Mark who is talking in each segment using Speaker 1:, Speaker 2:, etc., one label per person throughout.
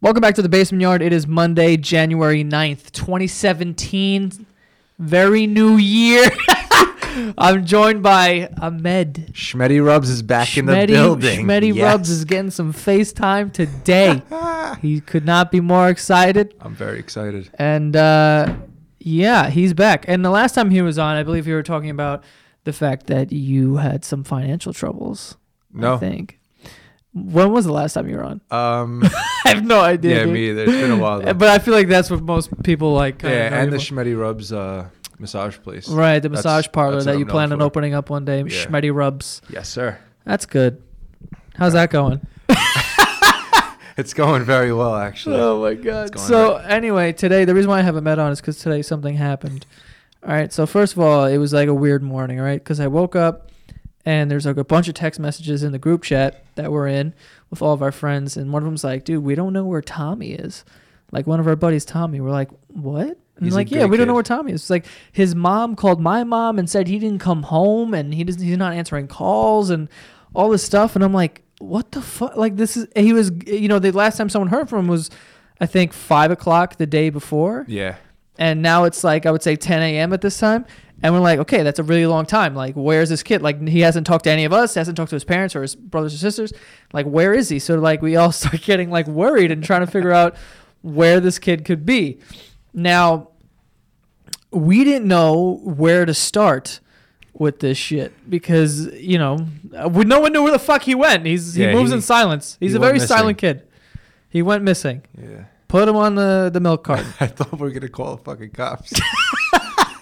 Speaker 1: Welcome back to the Basement Yard. It is Monday, January 9th, 2017. Very new year. I'm joined by Ahmed.
Speaker 2: Schmetty Rubs is back in the building.
Speaker 1: Schmetty
Speaker 2: Yes.
Speaker 1: Rubs is getting some FaceTime today. he could not be more excited.
Speaker 2: I'm very excited.
Speaker 1: And uh, yeah, he's back. And the last time he was on, I believe you were talking about the fact that you had some financial troubles. I
Speaker 2: No.
Speaker 1: think. When was the last time you were on?
Speaker 2: Um,
Speaker 1: I have no idea.
Speaker 2: yeah,
Speaker 1: dude.
Speaker 2: me either. It's been a while. Though.
Speaker 1: But I feel like that's what most people like. kinda know
Speaker 2: Uh, yeah, and
Speaker 1: you
Speaker 2: the
Speaker 1: for.
Speaker 2: Schmetty Rubs uh, massage place.
Speaker 1: right the
Speaker 2: that's-
Speaker 1: massage parlor
Speaker 2: that's what
Speaker 1: that you
Speaker 2: I'm known
Speaker 1: plan on
Speaker 2: for.
Speaker 1: opening up one day.
Speaker 2: Yeah.
Speaker 1: Schmetty rubs.
Speaker 2: Yes, sir.
Speaker 1: That's good. How's that going?
Speaker 2: It's going very well, actually.
Speaker 1: Oh my god.
Speaker 2: going
Speaker 1: So anyway, today the reason why I haven't met on is because today something happened. All right. So first of all, it was like a weird morning. All right, because I woke up and there's like a bunch of text messages in the group chat that we're in with all of our friends, and one of them's like, "Dude, we don't know where Tommy is." Like one of our buddies, Tommy. We're like, "What?" And
Speaker 2: He's a
Speaker 1: like, yeah,
Speaker 2: good
Speaker 1: we don't know
Speaker 2: kid."
Speaker 1: where Tommy is. It's like his mom called my mom and said he didn't come home and he doesn't. He's not answering calls and all this stuff. And I'm like, what the fuck? Like this is he was. You know, the last time someone heard from him was, I think five o'clock the day before,
Speaker 2: Yeah.
Speaker 1: and now it's like I would say 10 a.m. at this time. And we're like, okay, that's a really long time. Like, where's this kid? Like, he hasn't talked to any of us. Hasn't talked to his parents or his brothers or sisters. Like, where is he? So like, we all start getting like worried and trying to figure out where this kid could be. Now, we didn't know where to start with this shit because you know uh, we- no one knew where the fuck he went. He's he
Speaker 2: Yeah,
Speaker 1: moves
Speaker 2: he-
Speaker 1: in silence. He's
Speaker 2: he
Speaker 1: a very
Speaker 2: went missing.
Speaker 1: silent kid. He went missing.
Speaker 2: Yeah.
Speaker 1: Put him on the the milk carton.
Speaker 2: I thought we were going to call the fucking cops.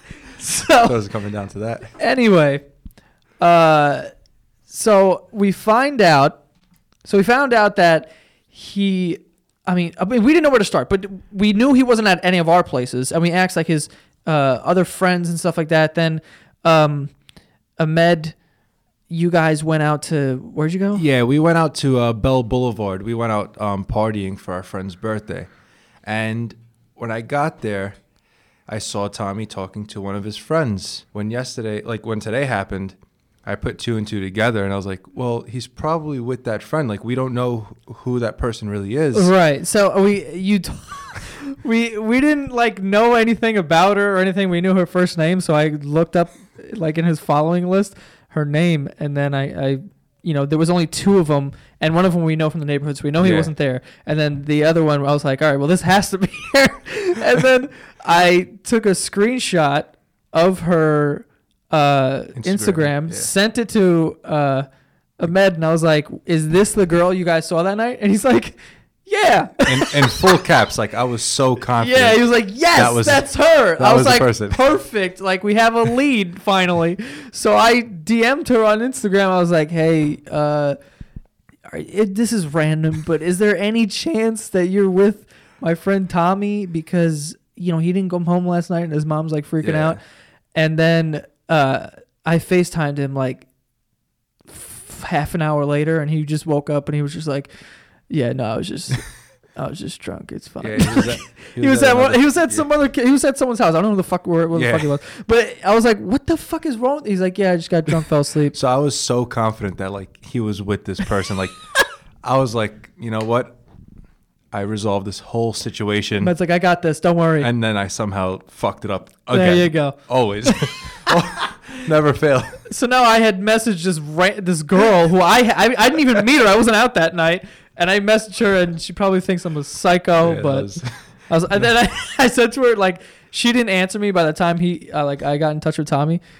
Speaker 1: so
Speaker 2: I was coming down to that.
Speaker 1: anyway, uh, so we find out. So we found out that he. I mean, I mean, we didn't know where to start, but we knew he wasn't at any of our places, and we asked like his uh, other friends and stuff like that. Then, um, Ahmed, you guys went out to where'd you go?
Speaker 2: Yeah, we went out to uh, Bell Boulevard. We went out um, partying for our friend's birthday. And when I got there, I saw Tommy talking to one of his friends. When yesterday, like when today happened, I put two and two together and I was like, well, he's probably with that friend. Like, we don't know who that person really is.
Speaker 1: Right. So uh, we you t- we we didn't like know anything about her or anything. We knew her first name, so I looked up like in his following list her name, and then I. I you know, there was only two of them, and one of them we know from the neighborhood, so we know he
Speaker 2: Yeah.
Speaker 1: wasn't there. And then the other one, I was like, all right, well, this has to be her. and then I took a screenshot of her uh, Instagram,
Speaker 2: Instagram, yeah.
Speaker 1: sent it to uh, Ahmed, and I was like, is this the girl you guys saw that night? And he's like, yeah.
Speaker 2: In, in full caps, like, I was so confident.
Speaker 1: Yeah, he was like, "Yes,
Speaker 2: That was-
Speaker 1: that's her."
Speaker 2: that
Speaker 1: I was,
Speaker 2: was the
Speaker 1: like,
Speaker 2: person.
Speaker 1: "Perfect! Like we have a lead finally." So I DM'd her on Instagram. I was like, "Hey, uh, are- it, this is random, but is there any chance that you're with my friend Tommy because you know he didn't come home last night and his mom's like freaking
Speaker 2: Yeah.
Speaker 1: out?" And then uh, I Facetimed him like f- half an hour later, and he just woke up and he was just like, "Yeah, no, I was just." I was just drunk. It's fine.
Speaker 2: Yeah,
Speaker 1: He
Speaker 2: he was at,
Speaker 1: was at one,
Speaker 2: another-
Speaker 1: he was at some other kid, he was at someone's house. I don't know who the fuck where, where
Speaker 2: Yeah.
Speaker 1: the fuck he was. But I was like, what the fuck is wrong? with-" He's like, yeah, I just got drunk, fell asleep.
Speaker 2: So I was so confident that like he was with this person. Like I was like, you know what? I resolved this whole situation,
Speaker 1: Matt's like, I got this. Don't worry.
Speaker 2: and then I somehow fucked it up
Speaker 1: There
Speaker 2: again.
Speaker 1: you go.
Speaker 2: Always, never fail.
Speaker 1: so now I had messaged this ra- this girl who I, I I didn't even meet her. I wasn't out that night, and I messaged her, and she probably thinks I'm a psycho.
Speaker 2: Yeah, that
Speaker 1: Oh, but
Speaker 2: was-
Speaker 1: I was, and then I, I said to her like she didn't answer me by the time he uh, like I got in touch with Tommy.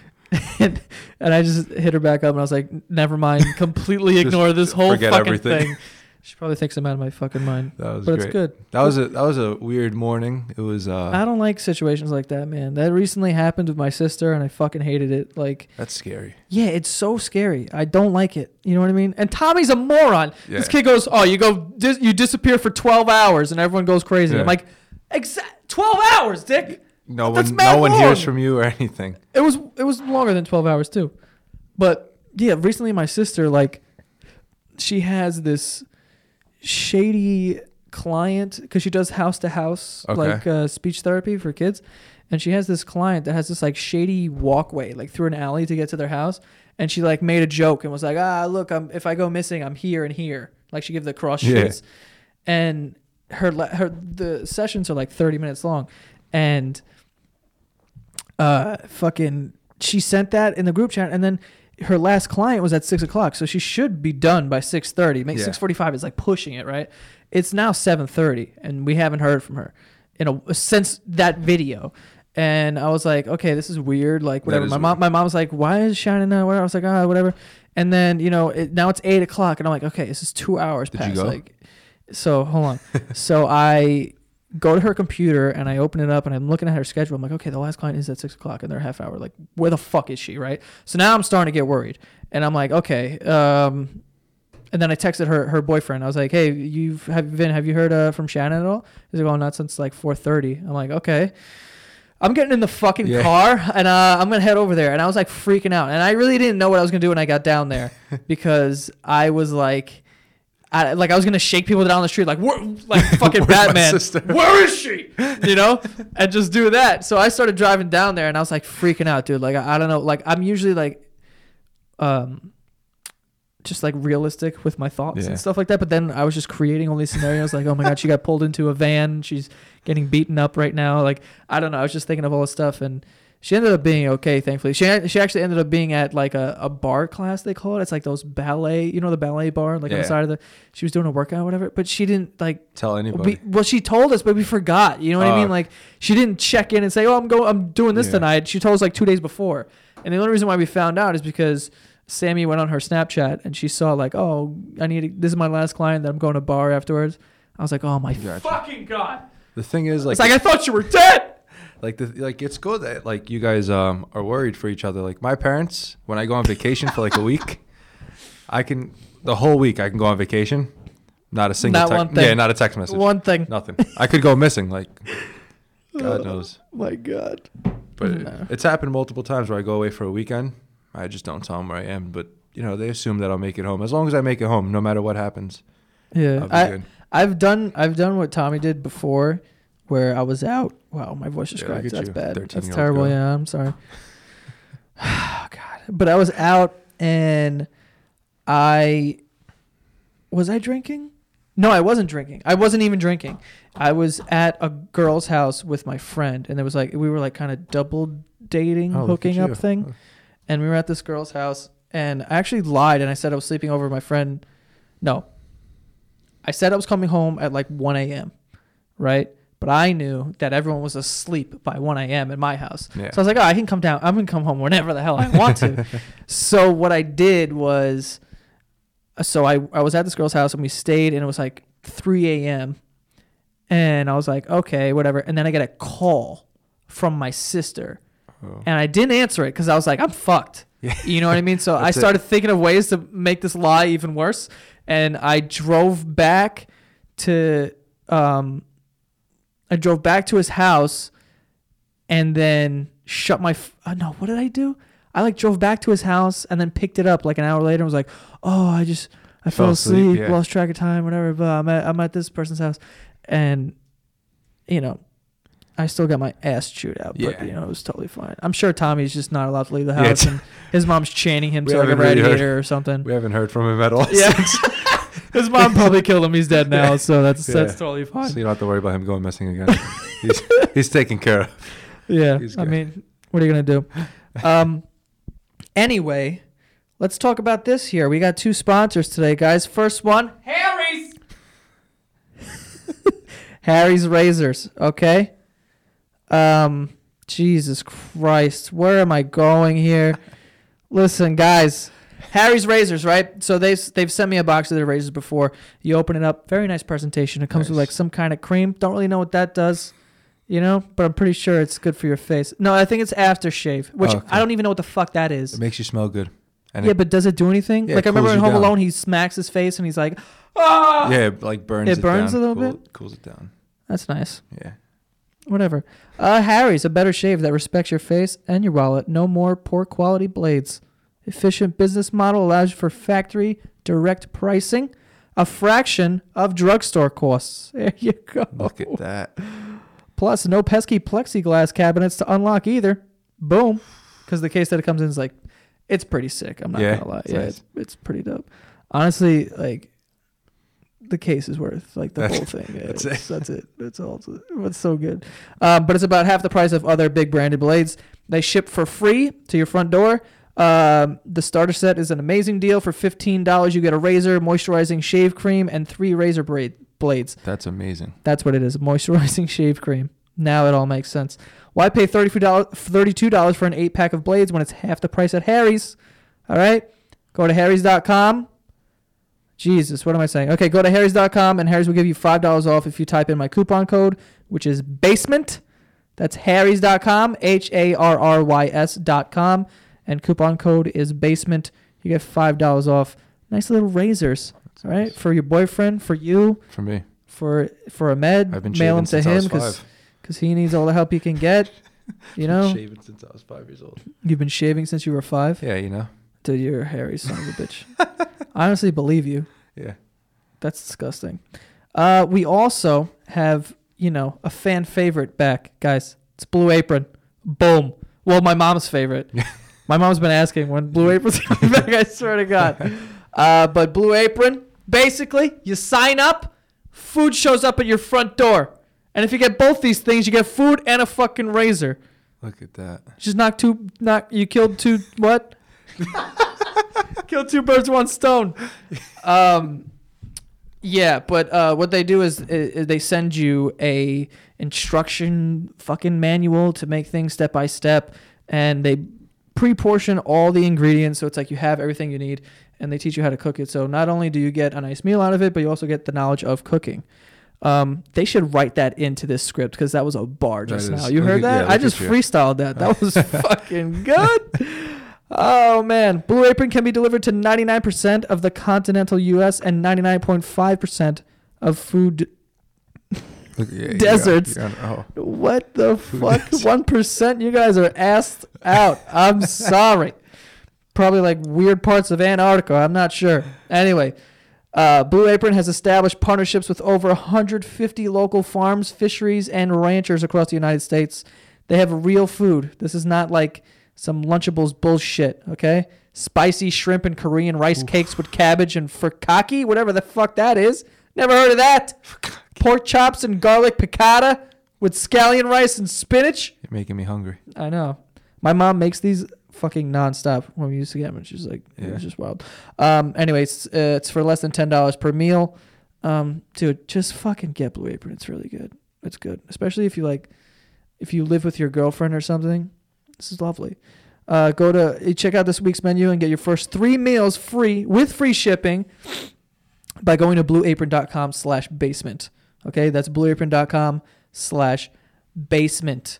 Speaker 1: And, and I just hit her back up and I was like, never mind, completely
Speaker 2: Just
Speaker 1: ignore this whole
Speaker 2: forget
Speaker 1: fucking
Speaker 2: everything.
Speaker 1: thing. She probably thinks I'm out of my fucking mind.
Speaker 2: that was
Speaker 1: but
Speaker 2: great.
Speaker 1: it's good.
Speaker 2: That was a that was a weird morning. It was.
Speaker 1: I
Speaker 2: uh
Speaker 1: don't like situations like that, man. That recently happened with my sister and I fucking hated it. Like,
Speaker 2: That's scary.
Speaker 1: yeah, it's so scary. I don't like it. You know what I mean? And Tommy's a moron. This
Speaker 2: Yeah.
Speaker 1: kid goes, "Oh, you go dis- you disappear for 12 hours and everyone goes crazy."
Speaker 2: Yeah.
Speaker 1: I'm like, "Exa- 12 hours, dick."
Speaker 2: No
Speaker 1: That's
Speaker 2: one,
Speaker 1: mad
Speaker 2: no one hears
Speaker 1: long.
Speaker 2: from you or anything.
Speaker 1: It was it was longer than 12 hours too. But yeah, recently my sister like she has this shady client cuz she does house to house
Speaker 2: Okay.
Speaker 1: like uh, speech therapy for kids and she has this client that has this like shady walkway like through an alley to get to their house and she like made a joke and was like, "Ah, look, I'm if I go missing, I'm here and here." Like she gave the cross
Speaker 2: Yeah.
Speaker 1: streets. And her la- her the sessions are like 30 minutes long and uh fucking she sent that in the group chat and then her last client was at six o'clock so she should be done by 6.30 make
Speaker 2: Yeah.
Speaker 1: 6.45 is like pushing it right it's now 7.30 and we haven't heard from her in a since that video and i was like okay this is weird like
Speaker 2: That
Speaker 1: whatever
Speaker 2: is
Speaker 1: my mom
Speaker 2: weird.
Speaker 1: my mom was like why is shannon not where i was like ah whatever and then you know it, now it's eight o'clock and i'm like okay this is two hours
Speaker 2: Did you
Speaker 1: past
Speaker 2: go?
Speaker 1: like so hold on so i go to her computer and i open it up and i'm looking at her schedule i'm like okay the last client is at six o'clock and they're a half hour like where the fuck is she right so now i'm starting to get worried and i'm like okay um and then I texted her her boyfriend. I was like, "Hey, you've have Vin, have you heard uh, from Shannon at all?" He's like, "Well, not since like 4:30." I'm like, "Okay." I'm getting in the fucking
Speaker 2: Yeah.
Speaker 1: car and uh, I'm gonna head over there. And I was like freaking out, and I really didn't know what I was gonna do when I got down there because I was like, I, like I was gonna shake people down the street, like where, like fucking
Speaker 2: Where's my
Speaker 1: Batman.
Speaker 2: sister?
Speaker 1: Where is she? You know, and just do that. So I started driving down there, and I was like freaking out, dude. Like I, I don't know, like I'm usually like, um, just like realistic with my thoughts
Speaker 2: Yeah.
Speaker 1: and stuff like that. But then I was just creating all these scenarios, like oh my god, she got pulled into a van, she's getting beaten up right now. Like I don't know, I was just thinking of all this stuff and. She ended up being okay, thankfully. She she actually ended up being at like a, a bar class they call it. It's like those ballet, you know, the ballet bar, like on
Speaker 2: Yeah.
Speaker 1: the side of the. She was doing a workout, or whatever, but she didn't like.
Speaker 2: Tell
Speaker 1: We,
Speaker 2: anybody.
Speaker 1: well, she told us, but we forgot. You know what I
Speaker 2: Oh.
Speaker 1: mean? Like she didn't check in and say, "Oh, I'm going. I'm doing this
Speaker 2: Yeah.
Speaker 1: tonight." She told us like two days before, and the only reason why we found out is because Sammy went on her Snapchat and she saw like, "Oh, I need. To, this is my last client that I'm going to bar afterwards." I was like, "Oh my
Speaker 2: Gotcha.
Speaker 1: fucking god!"
Speaker 2: The thing is, like,
Speaker 1: It's like I thought you were dead.
Speaker 2: like the like it's good that like you guys um are worried for each other like my parents when i go on vacation for like a week i can the whole week i can go on vacation not a single
Speaker 1: Not
Speaker 2: text
Speaker 1: one thing.
Speaker 2: yeah not a text message
Speaker 1: One thing.
Speaker 2: nothing i could go missing like god knows
Speaker 1: My god.
Speaker 2: but it-
Speaker 1: No.
Speaker 2: it's happened multiple times where i go away for a weekend i just don't tell them where i am but you know they assume that i'll make it home as long as i make it home no matter what happens
Speaker 1: Yeah,
Speaker 2: I'll be
Speaker 1: I,
Speaker 2: good.
Speaker 1: I've done I've done what Tommy did before, where I was out. Wow, my voice just
Speaker 2: Yeah,
Speaker 1: cracked.
Speaker 2: look at
Speaker 1: That's
Speaker 2: you,
Speaker 1: bad. That's
Speaker 2: 13-year-old
Speaker 1: terrible.
Speaker 2: girl.
Speaker 1: Yeah, I'm sorry. oh, God, but I was out and I was I drinking? No, I wasn't drinking. I wasn't even drinking. I was at a girl's house with my friend, and there was like we were like kind of double dating,
Speaker 2: Oh, look at
Speaker 1: hooking up
Speaker 2: you.
Speaker 1: thing and we were at this girl's house and I actually lied and I said I was sleeping over with my friend. No. I said I was coming home at like 1 a.m., right? But I knew that everyone was asleep by 1 a.m. in my house.
Speaker 2: Yeah.
Speaker 1: So I was like, oh, I can come down. I'm going to come home whenever the hell I want to. so what I did was, so I, I was at this girl's house and we stayed and it was like 3 a.m. And I was like, okay, whatever. And then I get a call from my sister
Speaker 2: Oh.
Speaker 1: and I didn't answer it because I was like, I'm fucked.
Speaker 2: Yeah.
Speaker 1: You know what I mean? So I
Speaker 2: That's it.
Speaker 1: started thinking of ways to make this lie even worse, and I drove back to um, I drove back to his house, and then shut my. F- uh, no, what did I do? I like drove back to his house and then picked it up like an hour later and was like, oh, I just I fell,
Speaker 2: Fell
Speaker 1: asleep,
Speaker 2: asleep, yeah.
Speaker 1: lost track of time, whatever. But I'm at I'm at this person's house, and you know, I still got my ass chewed out,
Speaker 2: Yeah.
Speaker 1: but you know, it was totally fine. I'm sure Tommy's just not allowed to leave the
Speaker 2: Yeah,
Speaker 1: house
Speaker 2: it's-
Speaker 1: and his mom's chaining him
Speaker 2: We
Speaker 1: to like a
Speaker 2: haven't really heard-
Speaker 1: radiator or something.
Speaker 2: we haven't heard from him at all
Speaker 1: Yeah. his mom probably killed him. He's dead now, so that's
Speaker 2: Yeah.
Speaker 1: that's totally fine.
Speaker 2: so you don't have to worry about him going missing again he's, he's taken care of
Speaker 1: Yeah.
Speaker 2: He's
Speaker 1: I
Speaker 2: good.
Speaker 1: mean, what are you going to do? Um, anyway, let's talk about this here. We got two sponsors today, guys. First one Harry's. Harry's Razors, okay? Um, Jesus Christ. Where am I going here? Listen, guys. Harry's razors, right? So they they've sent me a box of their razors before. You open it up, very nice presentation. It comes with
Speaker 2: Nice.
Speaker 1: like some kind of cream. Don't really know what that does, you know, but I'm pretty sure it's good for your face. No, I think it's aftershave, which
Speaker 2: Oh, okay.
Speaker 1: I don't even know what the fuck that
Speaker 2: it
Speaker 1: is.
Speaker 2: makes you smell good and
Speaker 1: Yeah,
Speaker 2: it,
Speaker 1: but does it do anything?
Speaker 2: Yeah,
Speaker 1: like I
Speaker 2: it
Speaker 1: remember
Speaker 2: cools
Speaker 1: in
Speaker 2: you
Speaker 1: Home
Speaker 2: down.
Speaker 1: Alone, he smacks his face and he's like, "Ah,
Speaker 2: yeah it, like burns
Speaker 1: It
Speaker 2: it,
Speaker 1: burns
Speaker 2: down,
Speaker 1: a little
Speaker 2: cool- cools it down
Speaker 1: that's nice."
Speaker 2: yeah
Speaker 1: Whatever. Uh, Harry's a better shave that respects your face and your wallet. No more poor quality blades. Efficient business model allows for factory direct pricing, a fraction of drugstore costs. There you go.
Speaker 2: Look at that.
Speaker 1: Plus, no pesky plexiglass cabinets to unlock either. Boom. Because the case that it comes in is like, it's pretty sick. I'm not
Speaker 2: Yeah,
Speaker 1: gonna lie.
Speaker 2: it's
Speaker 1: Yeah,
Speaker 2: nice.
Speaker 1: it's, it's pretty dope. Honestly, like, the case is worth, like the
Speaker 2: That's-
Speaker 1: whole thing.
Speaker 2: that's
Speaker 1: It's- That's it. That's all. It's, it's so good. Um, but it's about half the price of other big branded blades. They ship for free to your front door. Um, the starter set is an amazing deal. For fifteen dollars, you get a razor, moisturizing shave cream, and three razor braid blades.
Speaker 2: That's amazing.
Speaker 1: That's what it is. Moisturizing shave cream. Now it all makes sense. Why pay $32, $32 for an eight pack of blades when it's half the price at Harry's? All right. Go to harrys.com. Jesus, what am I saying? Okay, go to harrys.com and Harry's will give you $5 off if you type in my coupon code, which is basement. That's harrys.com, H A R R Y S.com. And coupon code is basement. You get $5 off. Nice little razors. All right. For your boyfriend, for you
Speaker 2: For me,
Speaker 1: for for a med.
Speaker 2: I've been
Speaker 1: mail
Speaker 2: shaving
Speaker 1: them to
Speaker 2: since I
Speaker 1: him
Speaker 2: was
Speaker 1: because
Speaker 2: five.
Speaker 1: he needs all the help he can get. You know,
Speaker 2: shaving since I was five years old.
Speaker 1: you've been shaving since you were five.
Speaker 2: Yeah, you know.
Speaker 1: Dude, you're a hairy son of a bitch. I honestly believe you.
Speaker 2: Yeah.
Speaker 1: That's disgusting. Uh, we also have you know a fan favorite back, guys. It's Blue Apron. Boom. Well, my mom's favorite. my mom's been asking when Blue Apron's coming back. I swear to God. Uh, but Blue Apron, basically, you sign up, food shows up at your front door, and if you get both these things, you get food and a fucking razor.
Speaker 2: Look at that.
Speaker 1: Just knock two. Knock. You killed two. What? killed two birds, with one stone. Um, yeah, but uh, what they do is, is they send you a instruction fucking manual to make things step by step, and they pre-portion all the ingredients, so it's like you have everything you need, and they teach you how to cook it. So not only do you get a nice meal out of it, but you also get the knowledge of cooking. Um, they should write that into this script because that was a bar
Speaker 2: That
Speaker 1: just
Speaker 2: is-
Speaker 1: now. You
Speaker 2: look
Speaker 1: heard
Speaker 2: at- yeah,
Speaker 1: that?
Speaker 2: look
Speaker 1: I
Speaker 2: at
Speaker 1: just
Speaker 2: you.
Speaker 1: freestyled that. That was fucking good. Oh man, Blue Apron can be delivered to 99% of the continental U.S. and 99.5% of food.
Speaker 2: Look, yeah, you got-
Speaker 1: Deserts.
Speaker 2: you got- oh.
Speaker 1: What the fuck?
Speaker 2: is-
Speaker 1: One percent? You guys are assed out. I'm sorry. Probably like weird parts of Antarctica. I'm not sure. Anyway, uh, Blue Apron has established partnerships with over 150 local farms, fisheries, and ranchers across the United States. They have real food. This is not like some Lunchables bullshit, okay? Spicy shrimp and Korean rice cakes with cabbage and furikake, whatever the fuck that is. Never heard of that. Pork chops and garlic piccata with scallion rice and spinach.
Speaker 2: You're making me hungry.
Speaker 1: I know. My mom makes these fucking nonstop when we used to get them, and she's like, it
Speaker 2: Yeah.
Speaker 1: was just wild. Um, anyways, uh, it's for less than ten dollars per meal. Um, dude, just fucking get Blue Apron. It's really good. It's good, especially if you like, if you live with your girlfriend or something. This is lovely. Uh, go to check out this week's menu and get your first three meals free with free shipping by going to blueapron.com slash basement. Okay, that's blueapron.com slash basement.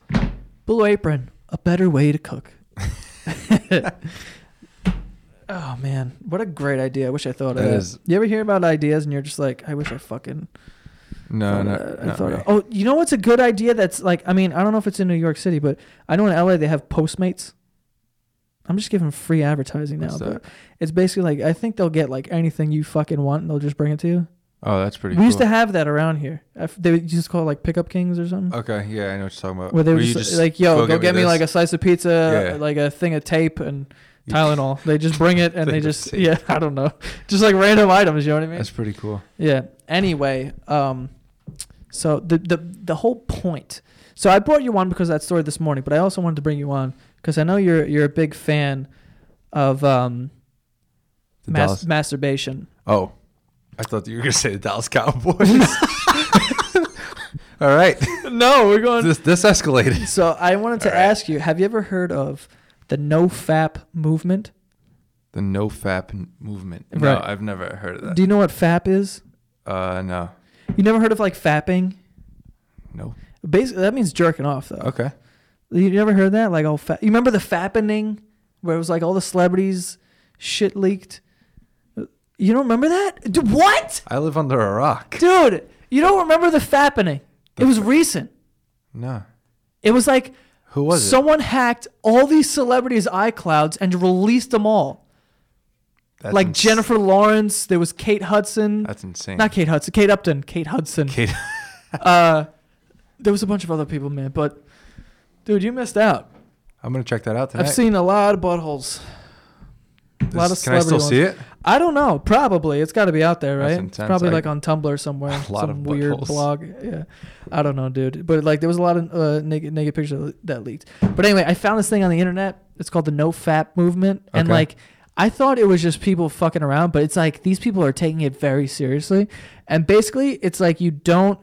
Speaker 1: Blue Apron, a better way to cook. oh man, what a great idea! I wish I thought of
Speaker 2: That
Speaker 1: that.
Speaker 2: is-
Speaker 1: You ever hear about ideas and you're just like, I wish I fucking
Speaker 2: No,
Speaker 1: thought
Speaker 2: no,
Speaker 1: of that. I
Speaker 2: not
Speaker 1: thought
Speaker 2: me.
Speaker 1: of- Oh, you know what's a good idea? That's like, I mean, I don't know if it's in New York City, but I know in LA they have Postmates. I'm just giving free advertising now,
Speaker 2: What's
Speaker 1: but
Speaker 2: that?
Speaker 1: it's basically like I think they'll get like anything you fucking want and they'll just bring it to you.
Speaker 2: Oh, that's
Speaker 1: We
Speaker 2: pretty. cool.
Speaker 1: used to have that around here. I f- They would just call it like pickup kings or something.
Speaker 2: Okay, yeah, I know what you're talking about.
Speaker 1: Where they were
Speaker 2: Where Uh, you
Speaker 1: just, like, "Yo, go, get me,
Speaker 2: this.
Speaker 1: like a slice of pizza, uh,
Speaker 2: Yeah.
Speaker 1: like a thing of tape and
Speaker 2: You-
Speaker 1: Tylenol." they just bring it and
Speaker 2: Thing
Speaker 1: they
Speaker 2: of
Speaker 1: just
Speaker 2: tape.
Speaker 1: yeah, I don't know, just like random items. You know what I mean?
Speaker 2: That's pretty cool.
Speaker 1: Yeah. Anyway, um, so the the the whole point. So I brought you on because of that story this morning, but I also wanted to bring you on because I know you're you're a big fan of um
Speaker 2: The
Speaker 1: mas-
Speaker 2: Dallas-
Speaker 1: masturbation.
Speaker 2: Oh, I thought you were gonna say the Dallas Cowboys. All right,
Speaker 1: no, we're going.
Speaker 2: this this escalated.
Speaker 1: so I wanted to
Speaker 2: All right.
Speaker 1: ask you: Have you ever heard of the no fap movement?
Speaker 2: The no fap n- movement. No,
Speaker 1: Right.
Speaker 2: I've never heard of that.
Speaker 1: Do you know what fap is?
Speaker 2: uh, no,
Speaker 1: You never heard of like fapping?
Speaker 2: no.
Speaker 1: Basically, that means jerking off, though.
Speaker 2: Okay.
Speaker 1: You never heard that? Like, oh, fa- you remember the fappening where it was like all the celebrities shit leaked? You don't remember that? Dude, what?
Speaker 2: I live under a rock.
Speaker 1: Dude, you don't remember the fappening. It was recent.
Speaker 2: No.
Speaker 1: It was like
Speaker 2: Who was it?
Speaker 1: someone hacked all these celebrities' iClouds and released them all.
Speaker 2: That's
Speaker 1: like
Speaker 2: ins-
Speaker 1: Jennifer Lawrence, there was Kate Hudson.
Speaker 2: That's insane.
Speaker 1: Not Kate Hudson, Kate Upton, Kate Hudson.
Speaker 2: Kate.
Speaker 1: Uh, there was a bunch of other people, man, but dude, you missed out.
Speaker 2: I'm gonna check that out tonight.
Speaker 1: I've seen a lot of buttholes. a lot of
Speaker 2: This- can I
Speaker 1: celebrity
Speaker 2: still
Speaker 1: ones.
Speaker 2: see it?
Speaker 1: I don't know. Probably it's got to be out there,
Speaker 2: That's
Speaker 1: right? It's
Speaker 2: intense.
Speaker 1: probably
Speaker 2: I-
Speaker 1: like on Tumblr somewhere.
Speaker 2: A lot
Speaker 1: some
Speaker 2: of
Speaker 1: weird
Speaker 2: buttholes.
Speaker 1: blog. Yeah, I don't know, dude. But like, there was a lot of uh, naked naked pictures that leaked. But anyway, I found this thing on the internet. It's called the No Fap Movement, and
Speaker 2: Okay.
Speaker 1: like. I thought it was just people fucking around, but it's like these people are taking it very seriously. And basically, it's like you don't,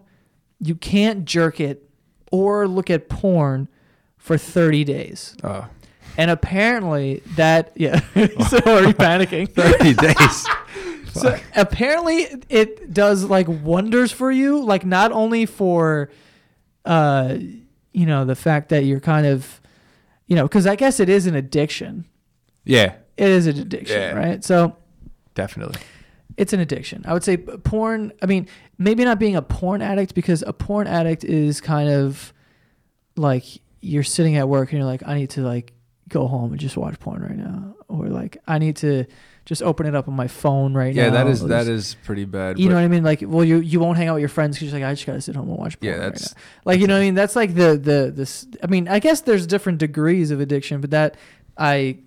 Speaker 1: you can't jerk it or look at porn for 30 days.
Speaker 2: Oh.
Speaker 1: And apparently, that, yeah, so already panicking.
Speaker 2: 30 days.
Speaker 1: So apparently it does like wonders for you, like not only for uh you know the fact that you're kind of you know cuz I guess it is an addiction.
Speaker 2: Yeah,
Speaker 1: It is an addiction,
Speaker 2: Yeah.
Speaker 1: right? So
Speaker 2: definitely.
Speaker 1: it's an addiction. I would say p- porn, I mean, maybe not being a porn addict because a porn addict is kind of like you're sitting at work and you're like I need to like go home and just watch porn right now or like I need to just open it up on my phone right
Speaker 2: Yeah,
Speaker 1: now.
Speaker 2: that is
Speaker 1: or
Speaker 2: that
Speaker 1: this-
Speaker 2: is pretty bad.
Speaker 1: you know
Speaker 2: but
Speaker 1: what I mean? Like, well, you you won't hang out with your friends because you're like, I just gotta sit home and watch. Porn
Speaker 2: Yeah,
Speaker 1: right
Speaker 2: that's-
Speaker 1: now." like you know what I mean. That's like the the this. I mean, I guess there's different degrees of addiction, but that I.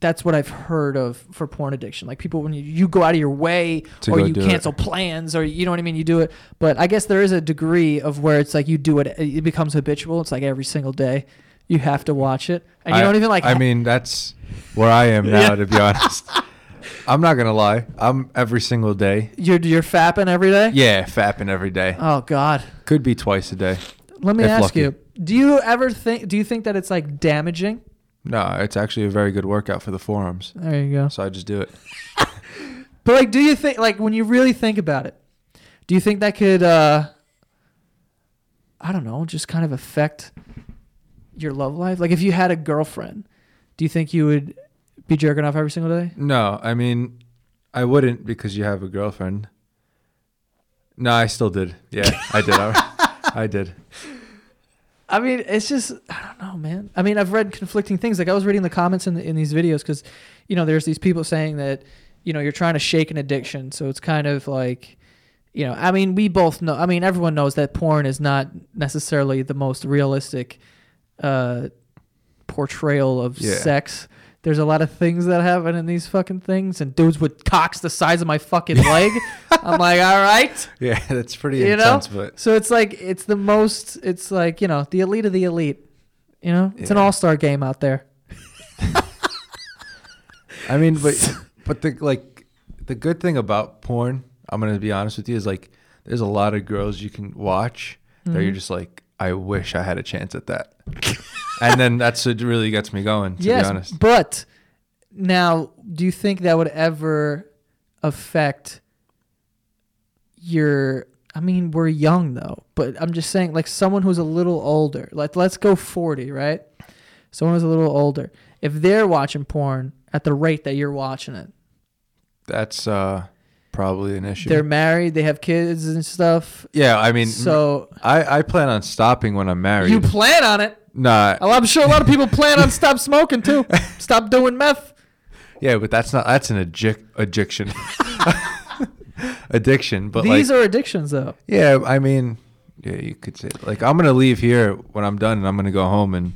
Speaker 1: That's what I've heard of for porn addiction. Like people, when you, you go out of your way,
Speaker 2: To
Speaker 1: or
Speaker 2: go
Speaker 1: you
Speaker 2: do it.
Speaker 1: cancel plans, or you know what I mean, you do it. But I guess there is a degree of where it's like you do it; it becomes habitual. It's like every single day, you have to watch it, and you
Speaker 2: I-
Speaker 1: don't even like.
Speaker 2: I mean, that's where I am now
Speaker 1: Yeah.
Speaker 2: to be honest. I'm not going to lie. I'm every single day.
Speaker 1: you're you're fapping every day.
Speaker 2: Yeah, fapping every day.
Speaker 1: Oh God.
Speaker 2: Could be twice a day.
Speaker 1: Let me
Speaker 2: If
Speaker 1: ask
Speaker 2: lucky.
Speaker 1: you: Do you ever think? Do you think that it's like damaging?
Speaker 2: No, it's actually a very good workout for the forearms.
Speaker 1: There you go.
Speaker 2: So I just do it.
Speaker 1: But like, do you think like when you really think about it, do you think that could, uh I don't know, just kind of affect your love life? Like, if you had a girlfriend, do you think you would be jerking off every single day?
Speaker 2: No, I mean, I wouldn't because you have a girlfriend. No, I still did. Yeah, I did. I, I did.
Speaker 1: I mean, it's just I don't know, man. I mean, I've read conflicting things. Like I was reading the comments in the, in these videos because, you know, there's these people saying that, you know, you're trying to shake an addiction, so it's kind of like, you know, I mean, we both know. I mean, everyone knows that porn is not necessarily the most realistic, uh, portrayal of
Speaker 2: Yeah.
Speaker 1: sex. There's a lot of things that happen in these fucking things, and dudes with cocks the size of my fucking leg. I'm like, all right.
Speaker 2: Yeah, that's pretty
Speaker 1: You know?
Speaker 2: intense, but
Speaker 1: So it's like it's the most. It's like you know the elite of the elite. You know, it's an
Speaker 2: Yeah.
Speaker 1: all star game out there.
Speaker 2: I mean, but but the like the good thing about porn, I'm gonna be honest with you, is like there's a lot of girls you can watch that
Speaker 1: Mm-hmm.
Speaker 2: you're just like, I wish I had a chance at that, and then that's what really gets me going. To be
Speaker 1: yes,
Speaker 2: honest,
Speaker 1: but now, do you think that would ever affect your? I mean, we're young though, but I'm just saying, like someone who's a little older, like let's go 40, right? Someone who's a little older, if they're watching porn at the rate that you're watching it,
Speaker 2: that's uh, probably an issue.
Speaker 1: they're married, they have kids and stuff.
Speaker 2: yeah, I mean,
Speaker 1: so
Speaker 2: I I plan on stopping when I'm married.
Speaker 1: you Oh. plan on it.
Speaker 2: nah,
Speaker 1: Well, I'm sure a lot of people plan on stop smoking too. Stop doing meth.
Speaker 2: yeah, but that's not that's an addic- addiction, addiction. But like,
Speaker 1: These are addictions, though.
Speaker 2: Yeah, I mean, yeah, you could say like I'm gonna leave here when I'm done, and I'm gonna go home and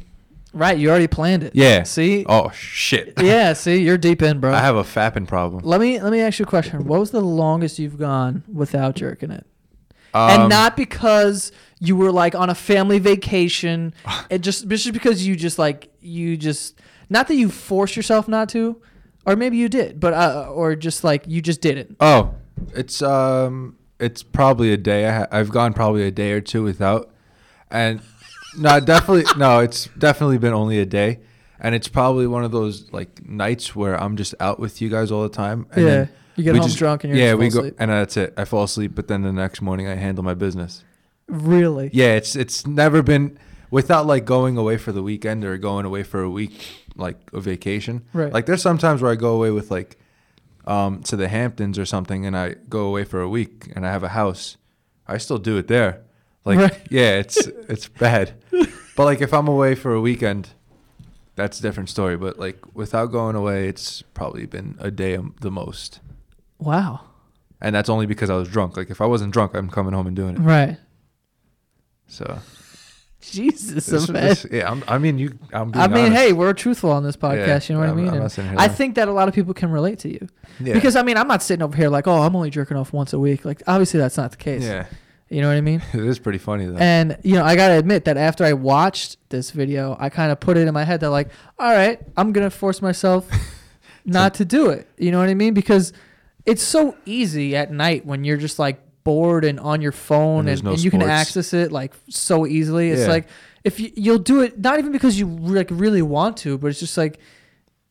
Speaker 1: Right, you already planned it.
Speaker 2: yeah.
Speaker 1: See.
Speaker 2: Oh shit.
Speaker 1: Yeah. See, you're deep in, bro.
Speaker 2: I have a fapping problem.
Speaker 1: let me let me ask you a question. What was the longest you've gone without jerking it?
Speaker 2: Um,
Speaker 1: and not because you were like on a family vacation. it just just because you just like you just not that you forced yourself not to, or maybe you did, but uh, or just like you just didn't.
Speaker 2: Oh, it's um, it's probably a day. I ha- I've gone probably a day or two without, and no, definitely no. It's definitely been only a day, and it's probably one of those like nights where I'm just out with you guys all the time. And
Speaker 1: Yeah.
Speaker 2: then
Speaker 1: You get
Speaker 2: we
Speaker 1: home drunk and you're
Speaker 2: yeah.
Speaker 1: just
Speaker 2: we
Speaker 1: fall
Speaker 2: go
Speaker 1: asleep.
Speaker 2: and that's it. I fall asleep, but then the next morning I handle my business.
Speaker 1: Really.
Speaker 2: Yeah, it's it's never been without like going away for the weekend or going away for a week like a vacation.
Speaker 1: Right.
Speaker 2: Like there's sometimes where I go away with like um to the Hamptons or something and I go away for a week and I have a house. I still do it there. Like
Speaker 1: Right.
Speaker 2: yeah, it's it's bad. But like if I'm away for a weekend, that's a different story, but like without going away, it's probably been a day um, the most.
Speaker 1: Wow.
Speaker 2: And that's only because I was drunk. Like if I wasn't drunk, I'm coming home and doing it.
Speaker 1: Right.
Speaker 2: So
Speaker 1: Jesus,
Speaker 2: This-
Speaker 1: man.
Speaker 2: this- yeah, I'm, I mean, you. I'm being
Speaker 1: I mean,
Speaker 2: honest.
Speaker 1: hey, we're truthful on this podcast.
Speaker 2: Yeah,
Speaker 1: you know what
Speaker 2: I'm-
Speaker 1: I mean?
Speaker 2: I'm
Speaker 1: And
Speaker 2: not sitting here
Speaker 1: I
Speaker 2: lying.
Speaker 1: think that a lot of people can relate to you
Speaker 2: yeah.
Speaker 1: because I mean, I'm not sitting over here like, oh, I'm only jerking off once a week. Like, obviously, that's not the case.
Speaker 2: yeah,
Speaker 1: You know what I mean?
Speaker 2: it is pretty funny though.
Speaker 1: And you know, I gotta admit that after I watched this video, I kind of put it in my head that like, all right, I'm gonna force myself not to do it. You know what I mean? Because it's so easy at night when you're just like bored and on your phone
Speaker 2: And
Speaker 1: and,
Speaker 2: there's no
Speaker 1: and you can
Speaker 2: sports.
Speaker 1: access it like so easily. It's
Speaker 2: Yeah.
Speaker 1: like if you, you'll do it, not even because you like really want to, but it's just like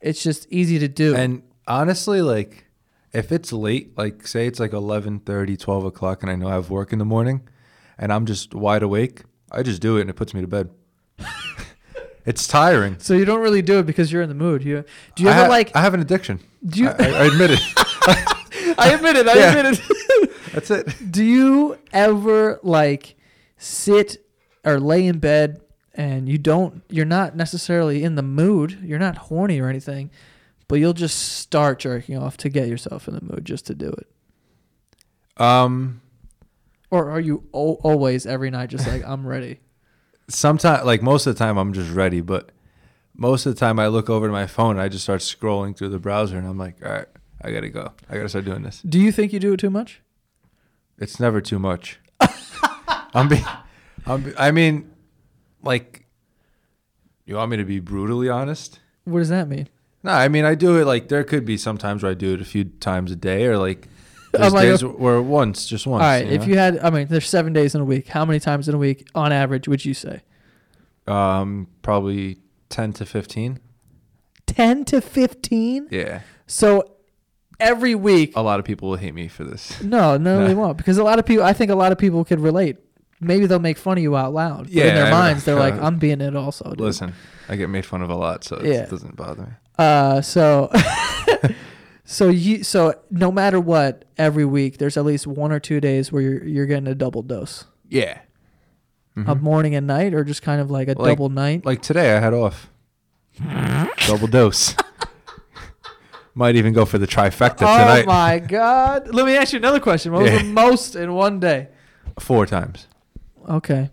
Speaker 1: it's just easy to do.
Speaker 2: And honestly, like if it's late, like say it's like 11, 12 o'clock, and I know I have work in the morning, and I'm just wide awake, I just do it, and it puts me to bed. it's tiring.
Speaker 1: so you don't really do it because you're in the mood. You do you
Speaker 2: I
Speaker 1: ever
Speaker 2: ha-
Speaker 1: like?
Speaker 2: I have an addiction.
Speaker 1: Do you-
Speaker 2: I, I- I admit it.
Speaker 1: I admit it. I
Speaker 2: Yeah.
Speaker 1: admit it.
Speaker 2: That's it.
Speaker 1: Do you ever like sit or lay in bed and you don't you're not necessarily in the mood, you're not horny or anything, but you'll just start jerking off to get yourself in the mood just to do it.
Speaker 2: Um,
Speaker 1: Or are you o- always every night just like I'm ready?
Speaker 2: sometimes, like most of the time, I'm just ready, but most of the time, I look over to my phone, and I just start scrolling through the browser, and I'm like, all right, I gotta go. I gotta start doing this.
Speaker 1: Do you think you do it too much?
Speaker 2: It's never too much. I'm be, I'm be, I mean, like, you want me to be brutally honest?
Speaker 1: What does that mean?
Speaker 2: No, I mean I do it. Like there could be sometimes where I do it a few times a day, or like
Speaker 1: I'm
Speaker 2: there's
Speaker 1: like,
Speaker 2: days where once, just once.
Speaker 1: All right, if
Speaker 2: know?
Speaker 1: you had I mean there's 7 days in a week, how many times in a week on average would you say?
Speaker 2: um, probably ten to fifteen.
Speaker 1: 10 to 15?
Speaker 2: Yeah,
Speaker 1: So every week
Speaker 2: a lot of people will hate me for this.
Speaker 1: No, no,
Speaker 2: Nah.
Speaker 1: they won't. Because a lot of people, I think a lot of people could relate. Maybe they'll make fun of you out loud. But in
Speaker 2: Yeah,
Speaker 1: their
Speaker 2: I-
Speaker 1: minds, they're like,
Speaker 2: uh,
Speaker 1: I'm being it also. Dude.
Speaker 2: Listen, I get made fun of a lot, so
Speaker 1: Yeah.
Speaker 2: it doesn't bother me.
Speaker 1: Uh, so, so you, so no matter what, every week there's at least one or two days where you're you're getting a double dose,
Speaker 2: Yeah,
Speaker 1: a morning and night, or just kind of like a
Speaker 2: Mm-hmm. Like-
Speaker 1: double night.
Speaker 2: like today I had off, double dose. Might even go for the trifecta
Speaker 1: oh
Speaker 2: tonight.
Speaker 1: my god! Let me ask you another question. What was
Speaker 2: Yeah.
Speaker 1: the most in one day?
Speaker 2: Four times.
Speaker 1: Okay,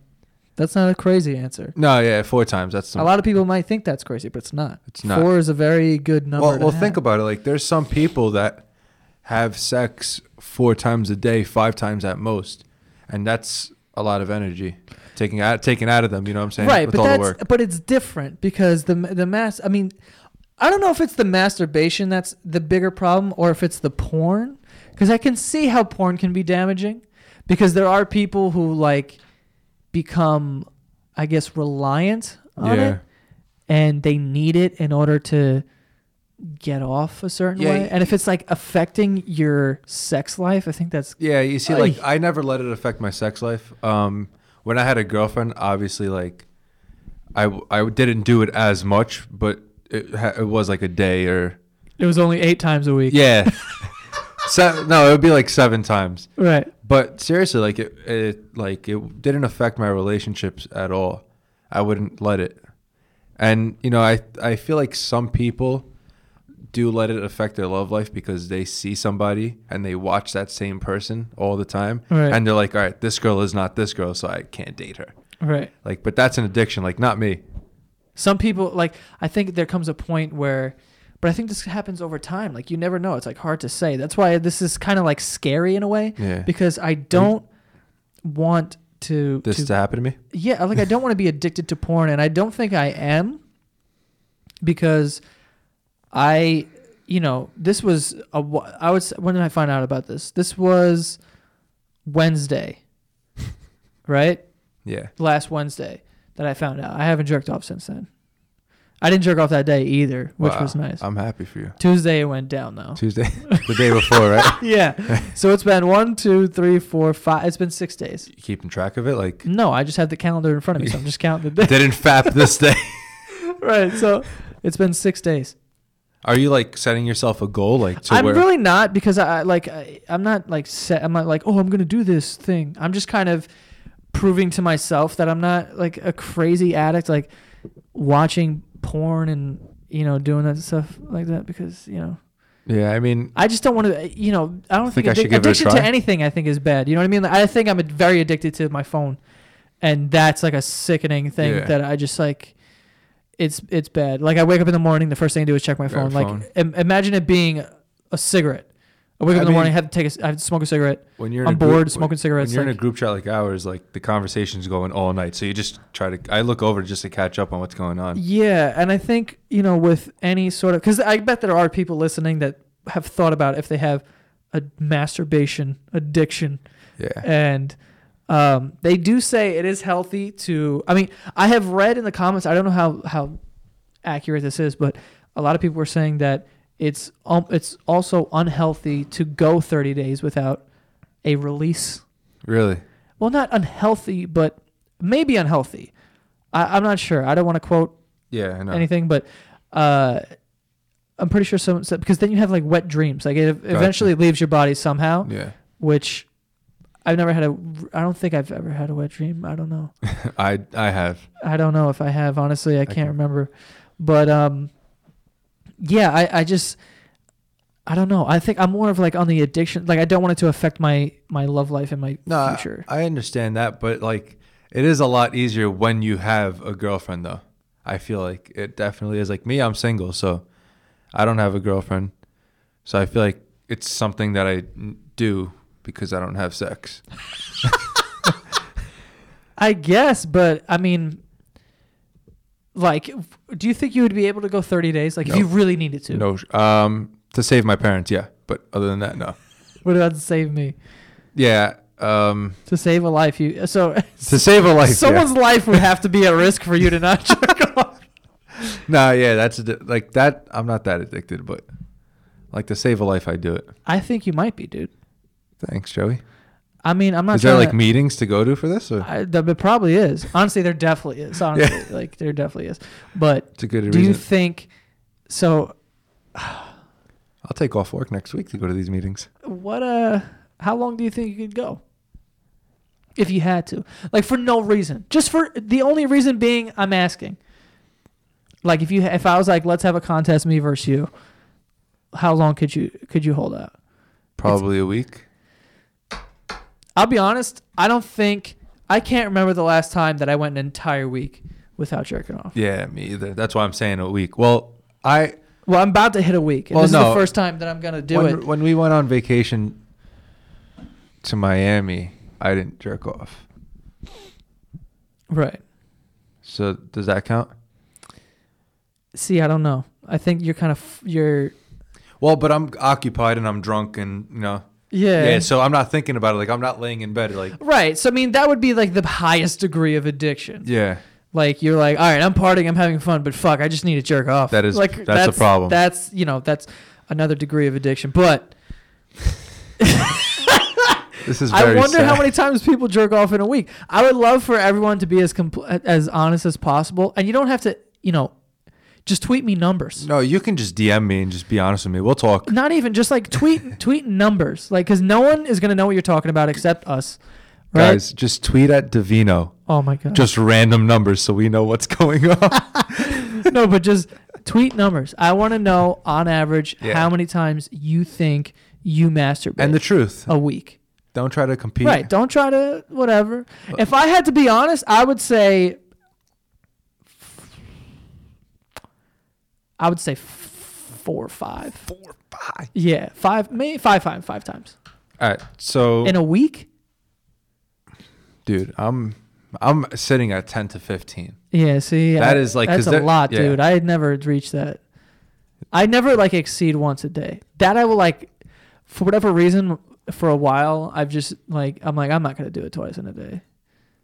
Speaker 1: that's not a crazy answer.
Speaker 2: No, yeah, four times. That's
Speaker 1: A
Speaker 2: the,
Speaker 1: lot of people might think that's crazy, but it's not.
Speaker 2: It's not.
Speaker 1: Four is a very good number.
Speaker 2: well.
Speaker 1: to
Speaker 2: Well, think
Speaker 1: have.
Speaker 2: about it. Like, there's some people that have sex four times a day, five times at most, and that's a lot of energy taking out taken out of them. You know what I'm saying?
Speaker 1: right
Speaker 2: With
Speaker 1: but
Speaker 2: all
Speaker 1: that's
Speaker 2: the work.
Speaker 1: but it's different because the the mass i mean i don't know if it's the masturbation that's the bigger problem or if it's the porn because i can see how porn can be damaging because there are people who like become i guess reliant on
Speaker 2: Yeah.
Speaker 1: it and they need it in order to get off a certain
Speaker 2: Yeah,
Speaker 1: way
Speaker 2: y-
Speaker 1: and if it's like affecting your sex life i think that's
Speaker 2: Yeah, you see, like
Speaker 1: Oy.
Speaker 2: I never let it affect my sex life. Um, when I had a girlfriend, obviously, like I w- I didn't do it as much, but it ha- it was like a day or
Speaker 1: it was only eight times a week
Speaker 2: yeah. Se- no, it would be like seven times.
Speaker 1: right
Speaker 2: But seriously, like it, it, like it didn't affect my relationships at all. I wouldn't let it. And you know, I I feel like some people do let it affect their love life because they see somebody and they watch that same person all the time,
Speaker 1: Right.
Speaker 2: and they're like, all right, this girl is not this girl, so I can't date her.
Speaker 1: right
Speaker 2: Like, but that's an addiction. Like, not me.
Speaker 1: Some people like I think there comes a point where but I think this happens over time. Like you never know. It's like hard to say. That's why this is kind of like scary in a way
Speaker 2: Yeah.
Speaker 1: because I don't want to,
Speaker 2: This
Speaker 1: to-
Speaker 2: to happen to me.
Speaker 1: yeah, like I don't want to be addicted to porn and I don't think I am because I you know, this was a wh- I was when did I find out about this? This was Wednesday. right?
Speaker 2: Yeah.
Speaker 1: last Wednesday that I found out. I haven't jerked off since then. I didn't jerk off that day either, which
Speaker 2: Wow.
Speaker 1: was nice.
Speaker 2: I'm happy for you.
Speaker 1: Tuesday it went down though.
Speaker 2: Tuesday, the day before, right?
Speaker 1: yeah. so it's been one, two, three, four, five. It's been six days.
Speaker 2: You keeping track of it? Like,
Speaker 1: No, I just have the calendar in front of me, so I'm just counting the days.
Speaker 2: didn't fap this day.
Speaker 1: right. So it's been six days.
Speaker 2: Are you like setting yourself a goal? Like, to
Speaker 1: I'm
Speaker 2: where,
Speaker 1: really not because I I- like I, I'm not like set. I'm not like oh I'm gonna do this thing. I'm just kind of proving to myself that I'm not like a crazy addict like watching porn and you know doing that stuff like that because you know
Speaker 2: Yeah, I mean,
Speaker 1: I just don't want to you know I don't
Speaker 2: Think
Speaker 1: think,
Speaker 2: I
Speaker 1: addic-
Speaker 2: should give it a
Speaker 1: addiction
Speaker 2: try?
Speaker 1: to anything I think is bad. You know what I mean? Like, I think I'm very addicted to my phone and that's like a sickening thing
Speaker 2: Yeah.
Speaker 1: that I just like. It's it's bad. Like I wake up in the morning, the first thing I do is check my phone.
Speaker 2: Grab your
Speaker 1: Like
Speaker 2: phone.
Speaker 1: Im- imagine it being a cigarette. I wake up
Speaker 2: I
Speaker 1: in the morning,
Speaker 2: mean-
Speaker 1: have to take a, c- I have to smoke a cigarette.
Speaker 2: When you're
Speaker 1: I'm
Speaker 2: in a group-
Speaker 1: bored,
Speaker 2: when-
Speaker 1: smoking cigarettes,
Speaker 2: When you're in
Speaker 1: like-
Speaker 2: a group chat like ours, like the conversation's going all night, so you just try to. I look over just to catch up on what's going on.
Speaker 1: Yeah, and I think you know with any sort of because I bet there are people listening that have thought about if they have a masturbation addiction
Speaker 2: Yeah,
Speaker 1: and um, they do say it is healthy to. I mean, I have read in the comments. I don't know how how accurate this is, but a lot of people were saying that it's um, it's also unhealthy to go 30 days without a release.
Speaker 2: really.
Speaker 1: Well, not unhealthy, but maybe unhealthy. I, I'm not sure. I don't want to quote
Speaker 2: Yeah, I know.
Speaker 1: anything, but uh, I'm pretty sure some so- because then you have like wet dreams. Like it eventually leaves your body somehow
Speaker 2: Yeah,
Speaker 1: which I've never had a. I don't think I've ever had a wet dream. I don't know.
Speaker 2: I I have.
Speaker 1: I don't know if I have. Honestly, I can't
Speaker 2: can-
Speaker 1: remember. But um, yeah, I I just I don't know. I think I'm more of like on the addiction. Like I don't want it to affect my my love life and my
Speaker 2: No, I-
Speaker 1: future.
Speaker 2: I understand that, but like, it is a lot easier when you have a girlfriend, though. I feel like it definitely is. Like me, I'm single, so I don't have a girlfriend, so I feel like it's something that I n- do because I don't have sex.
Speaker 1: I guess, but I mean, like, do you think you would be able to go 30 days? Like, if
Speaker 2: No.
Speaker 1: you really needed to.
Speaker 2: No, sh- um, to save my parents, yeah, but other than that, no.
Speaker 1: What about to save me?
Speaker 2: Yeah, um,
Speaker 1: To save a life, you so
Speaker 2: to save a life. yeah.
Speaker 1: someone's life would have to be at risk for you to not jerk off.
Speaker 2: No, yeah, that's a, di- like that. I'm not that addicted, but like to save a life, I do it.
Speaker 1: I think you might be, dude.
Speaker 2: Thanks, Joey.
Speaker 1: I mean, I'm not.
Speaker 2: Is there
Speaker 1: trying
Speaker 2: like meetings to go to for this? Or?
Speaker 1: to, I, there probably is. Honestly, there definitely is. Honestly, like there definitely is. But
Speaker 2: It's a good
Speaker 1: do
Speaker 2: reason.
Speaker 1: you think? So
Speaker 2: I'll take off work next week to go to these meetings.
Speaker 1: what? Uh, how long do you think you could go? If you had to, like for no reason, just for the only reason being, I'm asking. Like if you, if I was like, let's have a contest, me versus you. How long could you could you hold out?
Speaker 2: Probably a week.
Speaker 1: I'll be honest. I don't think I can't remember the last time that I went an entire week without jerking off.
Speaker 2: Yeah, me either. That's why I'm saying a week. Well, I
Speaker 1: Well, I'm about to hit a week. And
Speaker 2: Well,
Speaker 1: this is
Speaker 2: no.
Speaker 1: the first time that I'm gonna do
Speaker 2: when,
Speaker 1: it.
Speaker 2: when we went on vacation to Miami, I didn't jerk off.
Speaker 1: Right.
Speaker 2: So does that count?
Speaker 1: See, I don't know. I think you're kind of f- you're
Speaker 2: Well, but I'm occupied and I'm drunk and you know.
Speaker 1: yeah.
Speaker 2: Yeah, so I'm not thinking about it. Like I'm not laying in bed. Like
Speaker 1: right. So I mean, that would be like the highest degree of addiction.
Speaker 2: yeah,
Speaker 1: Like you're like, all right, I'm partying, I'm having fun, but fuck, I just need to jerk off.
Speaker 2: That is-
Speaker 1: like
Speaker 2: that's a problem.
Speaker 1: That's you know that's another degree of addiction. But
Speaker 2: this is.
Speaker 1: I
Speaker 2: Very
Speaker 1: wonder how
Speaker 2: sad.
Speaker 1: many times people jerk off in a week. I would love for everyone to be as compl- as honest as possible, and you don't have to you know just tweet me numbers.
Speaker 2: No, you can just DM me and just be honest with me. We'll talk.
Speaker 1: not even just like tweet tweet numbers like because no one is gonna know what you're talking about except us right
Speaker 2: Guys, just tweet at Davino.
Speaker 1: oh my god
Speaker 2: Just random numbers so we know what's going on.
Speaker 1: no but just tweet numbers i want to know on average
Speaker 2: Yeah.
Speaker 1: how many times you think you masturbate
Speaker 2: and the truth.
Speaker 1: a week
Speaker 2: Don't try to compete.
Speaker 1: right don't try to whatever
Speaker 2: Uh,
Speaker 1: if i had to be honest i would say i would say f- four or five
Speaker 2: Four, five.
Speaker 1: yeah five maybe five five five times
Speaker 2: All right. So,
Speaker 1: in a week
Speaker 2: dude, I'm I'm sitting at 10 to 15.
Speaker 1: Yeah, see,
Speaker 2: That
Speaker 1: I-
Speaker 2: is, like, 'cause
Speaker 1: that's a
Speaker 2: they're-
Speaker 1: lot,
Speaker 2: yeah.
Speaker 1: dude. I had never reached that. I never like exceed once a day. That I will like, for whatever reason, for a while, I've just like I'm like I'm not gonna do it twice in a day.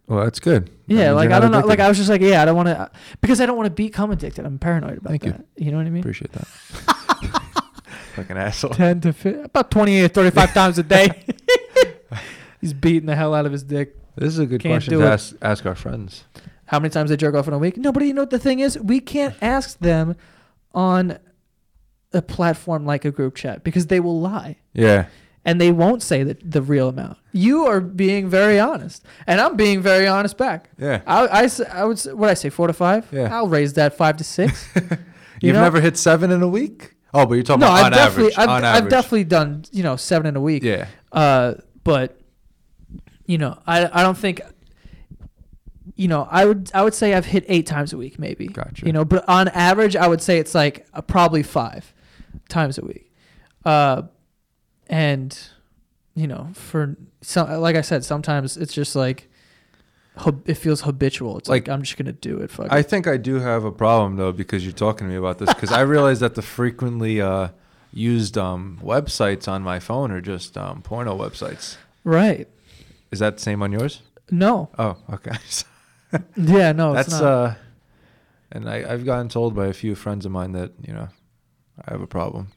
Speaker 2: Well, that's good.
Speaker 1: Yeah, like I don't know, like I was just like yeah, I don't want to because I don't want to become addicted. I'm paranoid about
Speaker 2: Thank you.
Speaker 1: that. You. know what I mean?
Speaker 2: appreciate that. Fucking asshole.
Speaker 1: Ten to 50, about 28 35 times a day. He's beating the hell out of his dick.
Speaker 2: This is a good
Speaker 1: Can't
Speaker 2: question
Speaker 1: do
Speaker 2: to
Speaker 1: it.
Speaker 2: ask, ask our friends.
Speaker 1: how many times they jerk off in a week. No, but you know what the thing is? We can't ask them on a platform like a group chat because they will lie
Speaker 2: Yeah.
Speaker 1: and they won't say the, the real amount. You are being very honest, and I'm being very honest back.
Speaker 2: Yeah.
Speaker 1: I, I, s- I would what I say four to five.
Speaker 2: Yeah.
Speaker 1: I'll raise that five to six.
Speaker 2: You've
Speaker 1: know?
Speaker 2: never hit seven in a week? Oh, but you're talking
Speaker 1: no,
Speaker 2: about
Speaker 1: I've
Speaker 2: on
Speaker 1: definitely
Speaker 2: average.
Speaker 1: I've,
Speaker 2: on
Speaker 1: I've
Speaker 2: average.
Speaker 1: definitely done you know seven in a week.
Speaker 2: Yeah.
Speaker 1: Uh, but you know, I I don't think you know, I would I would say I've hit eight times a week, maybe.
Speaker 2: Gotcha.
Speaker 1: You know, but on average, I would say it's like uh, probably five times a week, uh, and you know, for some, like I said, sometimes it's just like hab- it feels habitual. It's like,
Speaker 2: Like-
Speaker 1: I'm just gonna do it. Fuck.
Speaker 2: I
Speaker 1: it.
Speaker 2: think I do have a problem though because you're talking to me about this because I realize that the frequently uh, used um, websites on my phone are just um, porno websites.
Speaker 1: right.
Speaker 2: Is that the same on yours?
Speaker 1: No.
Speaker 2: Oh, okay.
Speaker 1: Yeah. No.
Speaker 2: That's
Speaker 1: it's not.
Speaker 2: uh, and I, I've gotten told by a few friends of mine that you know I have a problem.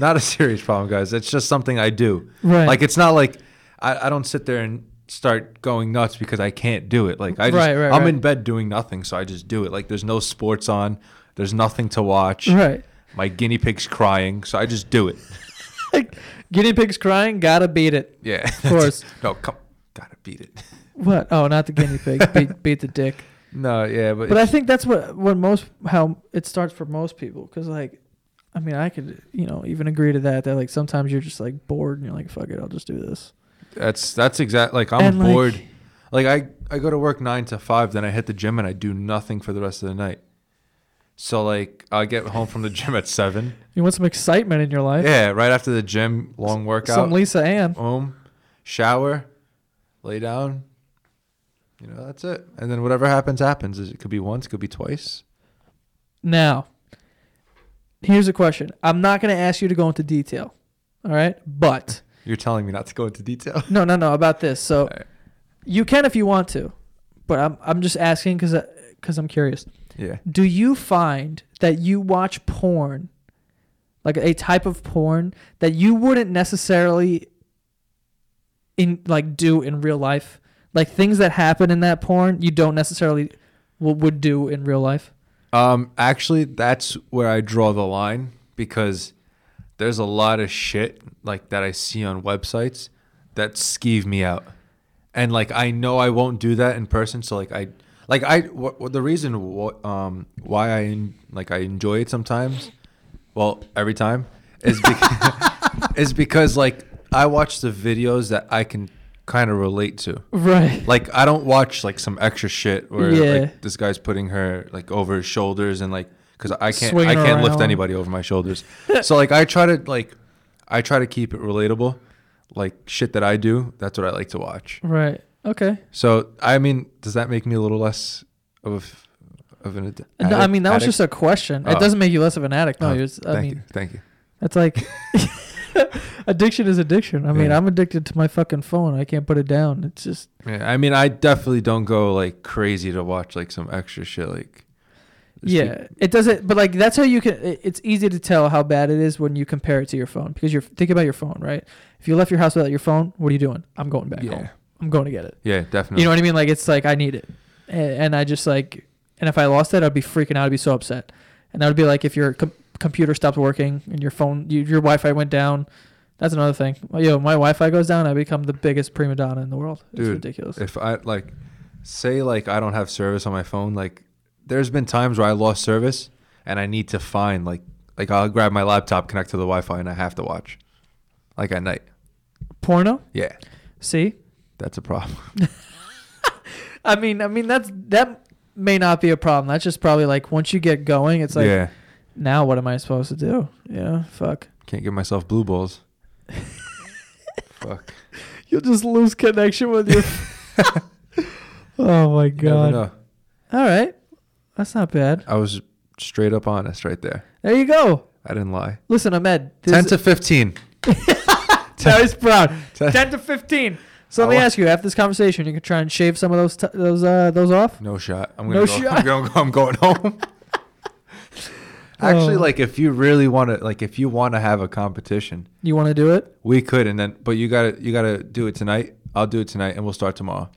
Speaker 2: not a serious problem, guys. It's just something I do.
Speaker 1: right.
Speaker 2: Like it's not like I, I don't sit there and start going nuts because I can't do it. Like I just
Speaker 1: Right, right,
Speaker 2: I'm
Speaker 1: right.
Speaker 2: in bed doing nothing, so I just do it. Like there's no sports on, there's nothing to watch.
Speaker 1: right.
Speaker 2: My guinea pig's crying, so I just do it.
Speaker 1: Like, guinea pigs crying. Gotta beat it.
Speaker 2: Yeah. Of
Speaker 1: course.
Speaker 2: no, come gotta beat it.
Speaker 1: What? Oh, not the guinea pig. beat, beat the dick.
Speaker 2: No, yeah, but,
Speaker 1: But I think that's what what most how it starts for most people because like, I mean, I could you know even agree to that that like sometimes you're just like bored and you're like fuck it, I'll just do this.
Speaker 2: that's that's exact like I'm
Speaker 1: And, like-
Speaker 2: bored. Like, I, I go to work nine to five, then I hit the gym and I do nothing for the rest of the night. So like I get home from the gym at seven.
Speaker 1: You want some excitement in your life?
Speaker 2: Yeah, right after the gym, long workout.
Speaker 1: Some Lisa Ann.
Speaker 2: home, shower, lay down. You know, that's it. And then whatever happens, happens. It could be once, it could be twice.
Speaker 1: Now, here's a question. I'm not gonna ask you to go into detail. All right, but
Speaker 2: You're telling me not to go into detail.
Speaker 1: no, no, no about this. So
Speaker 2: right.
Speaker 1: you can if you want to, but I'm I'm just asking because because I'm curious.
Speaker 2: Yeah.
Speaker 1: do you find that you watch porn like a type of porn that you wouldn't necessarily in like do in real life like things that happen in that porn you don't necessarily w- would do in real life
Speaker 2: Um, actually, that's where I draw the line because there's a lot of shit like that I see on websites that skeeve me out, and like I know I won't do that in person. So like I, like I, wh- wh- the reason wh- um why I en- like I enjoy it sometimes, well every time, is because is because like I watch the videos that I can kind of relate to.
Speaker 1: right
Speaker 2: Like I don't watch like some extra shit where
Speaker 1: Yeah.
Speaker 2: like this guy's putting her like over his shoulders and like because I can't
Speaker 1: Swinging
Speaker 2: I can't lift
Speaker 1: around.
Speaker 2: anybody over my shoulders. so like I try to like I try to keep it relatable. Like shit that I do, that's what I like to watch.
Speaker 1: right okay
Speaker 2: So I mean, does that make me a little less of a f- of an ad-
Speaker 1: no, i
Speaker 2: addict-
Speaker 1: mean that was
Speaker 2: addict?
Speaker 1: just a question it
Speaker 2: Oh.
Speaker 1: doesn't make you less of an addict no
Speaker 2: Oh,
Speaker 1: you're s- i
Speaker 2: thank
Speaker 1: mean
Speaker 2: you, thank you.
Speaker 1: that's like addiction is addiction i mean
Speaker 2: Yeah.
Speaker 1: i'm addicted to my fucking phone i can't put it down it's just
Speaker 2: Yeah, I mean, I definitely don't go like crazy to watch like some extra shit. Like just keep-
Speaker 1: Yeah, it doesn't. But like that's how you can. it- It's easy to tell how bad it is when you compare it to your phone because you're think about your phone, right? If you left your house without your phone, what are you doing? I'm going back
Speaker 2: yeah,
Speaker 1: home. I'm going to get it.
Speaker 2: yeah, definitely.
Speaker 1: You know what I mean? Like it's like I need it, and, and I just like, and if I lost it, I'd be freaking out. I'd be so upset, and that would be like if your com- computer stopped working and your phone, you, your Wi-Fi went down. That's another thing. Yo, my Wi-Fi goes down, I become the biggest prima donna in the world. It's
Speaker 2: Dude,
Speaker 1: ridiculous.
Speaker 2: if I like say like I don't have service on my phone, like there's been times where I lost service and I need to find like like I'll grab my laptop, connect to the Wi-Fi, and I have to watch like at night.
Speaker 1: Porno?
Speaker 2: Yeah,
Speaker 1: See,
Speaker 2: that's a problem.
Speaker 1: I mean, I mean that's that may not be a problem. That's just probably like once you get going, it's like
Speaker 2: yeah,
Speaker 1: now what am I supposed to do? Yeah, fuck.
Speaker 2: can't give myself blue balls. Fuck.
Speaker 1: You'll just lose connection with your. oh my
Speaker 2: You never
Speaker 1: god!
Speaker 2: know.
Speaker 1: All right, that's not bad.
Speaker 2: I was straight up honest right there.
Speaker 1: There you go.
Speaker 2: I didn't lie.
Speaker 1: Listen, Ahmed.
Speaker 2: Ten to fifteen.
Speaker 1: ten is proud.
Speaker 2: Ten-
Speaker 1: Ten to fifteen. So let
Speaker 2: I
Speaker 1: me
Speaker 2: wa-
Speaker 1: ask you: After this conversation, you can try and shave some of those t- those uh, those off.
Speaker 2: No shot. I'm gonna
Speaker 1: No
Speaker 2: go.
Speaker 1: shot.
Speaker 2: I'm, going, I'm going home. Actually,
Speaker 1: Oh.
Speaker 2: like if you really want to, like if you want to have a competition,
Speaker 1: You want to do it?
Speaker 2: we could, and then but you gotta you gotta do it tonight. I'll do it tonight, and we'll start tomorrow.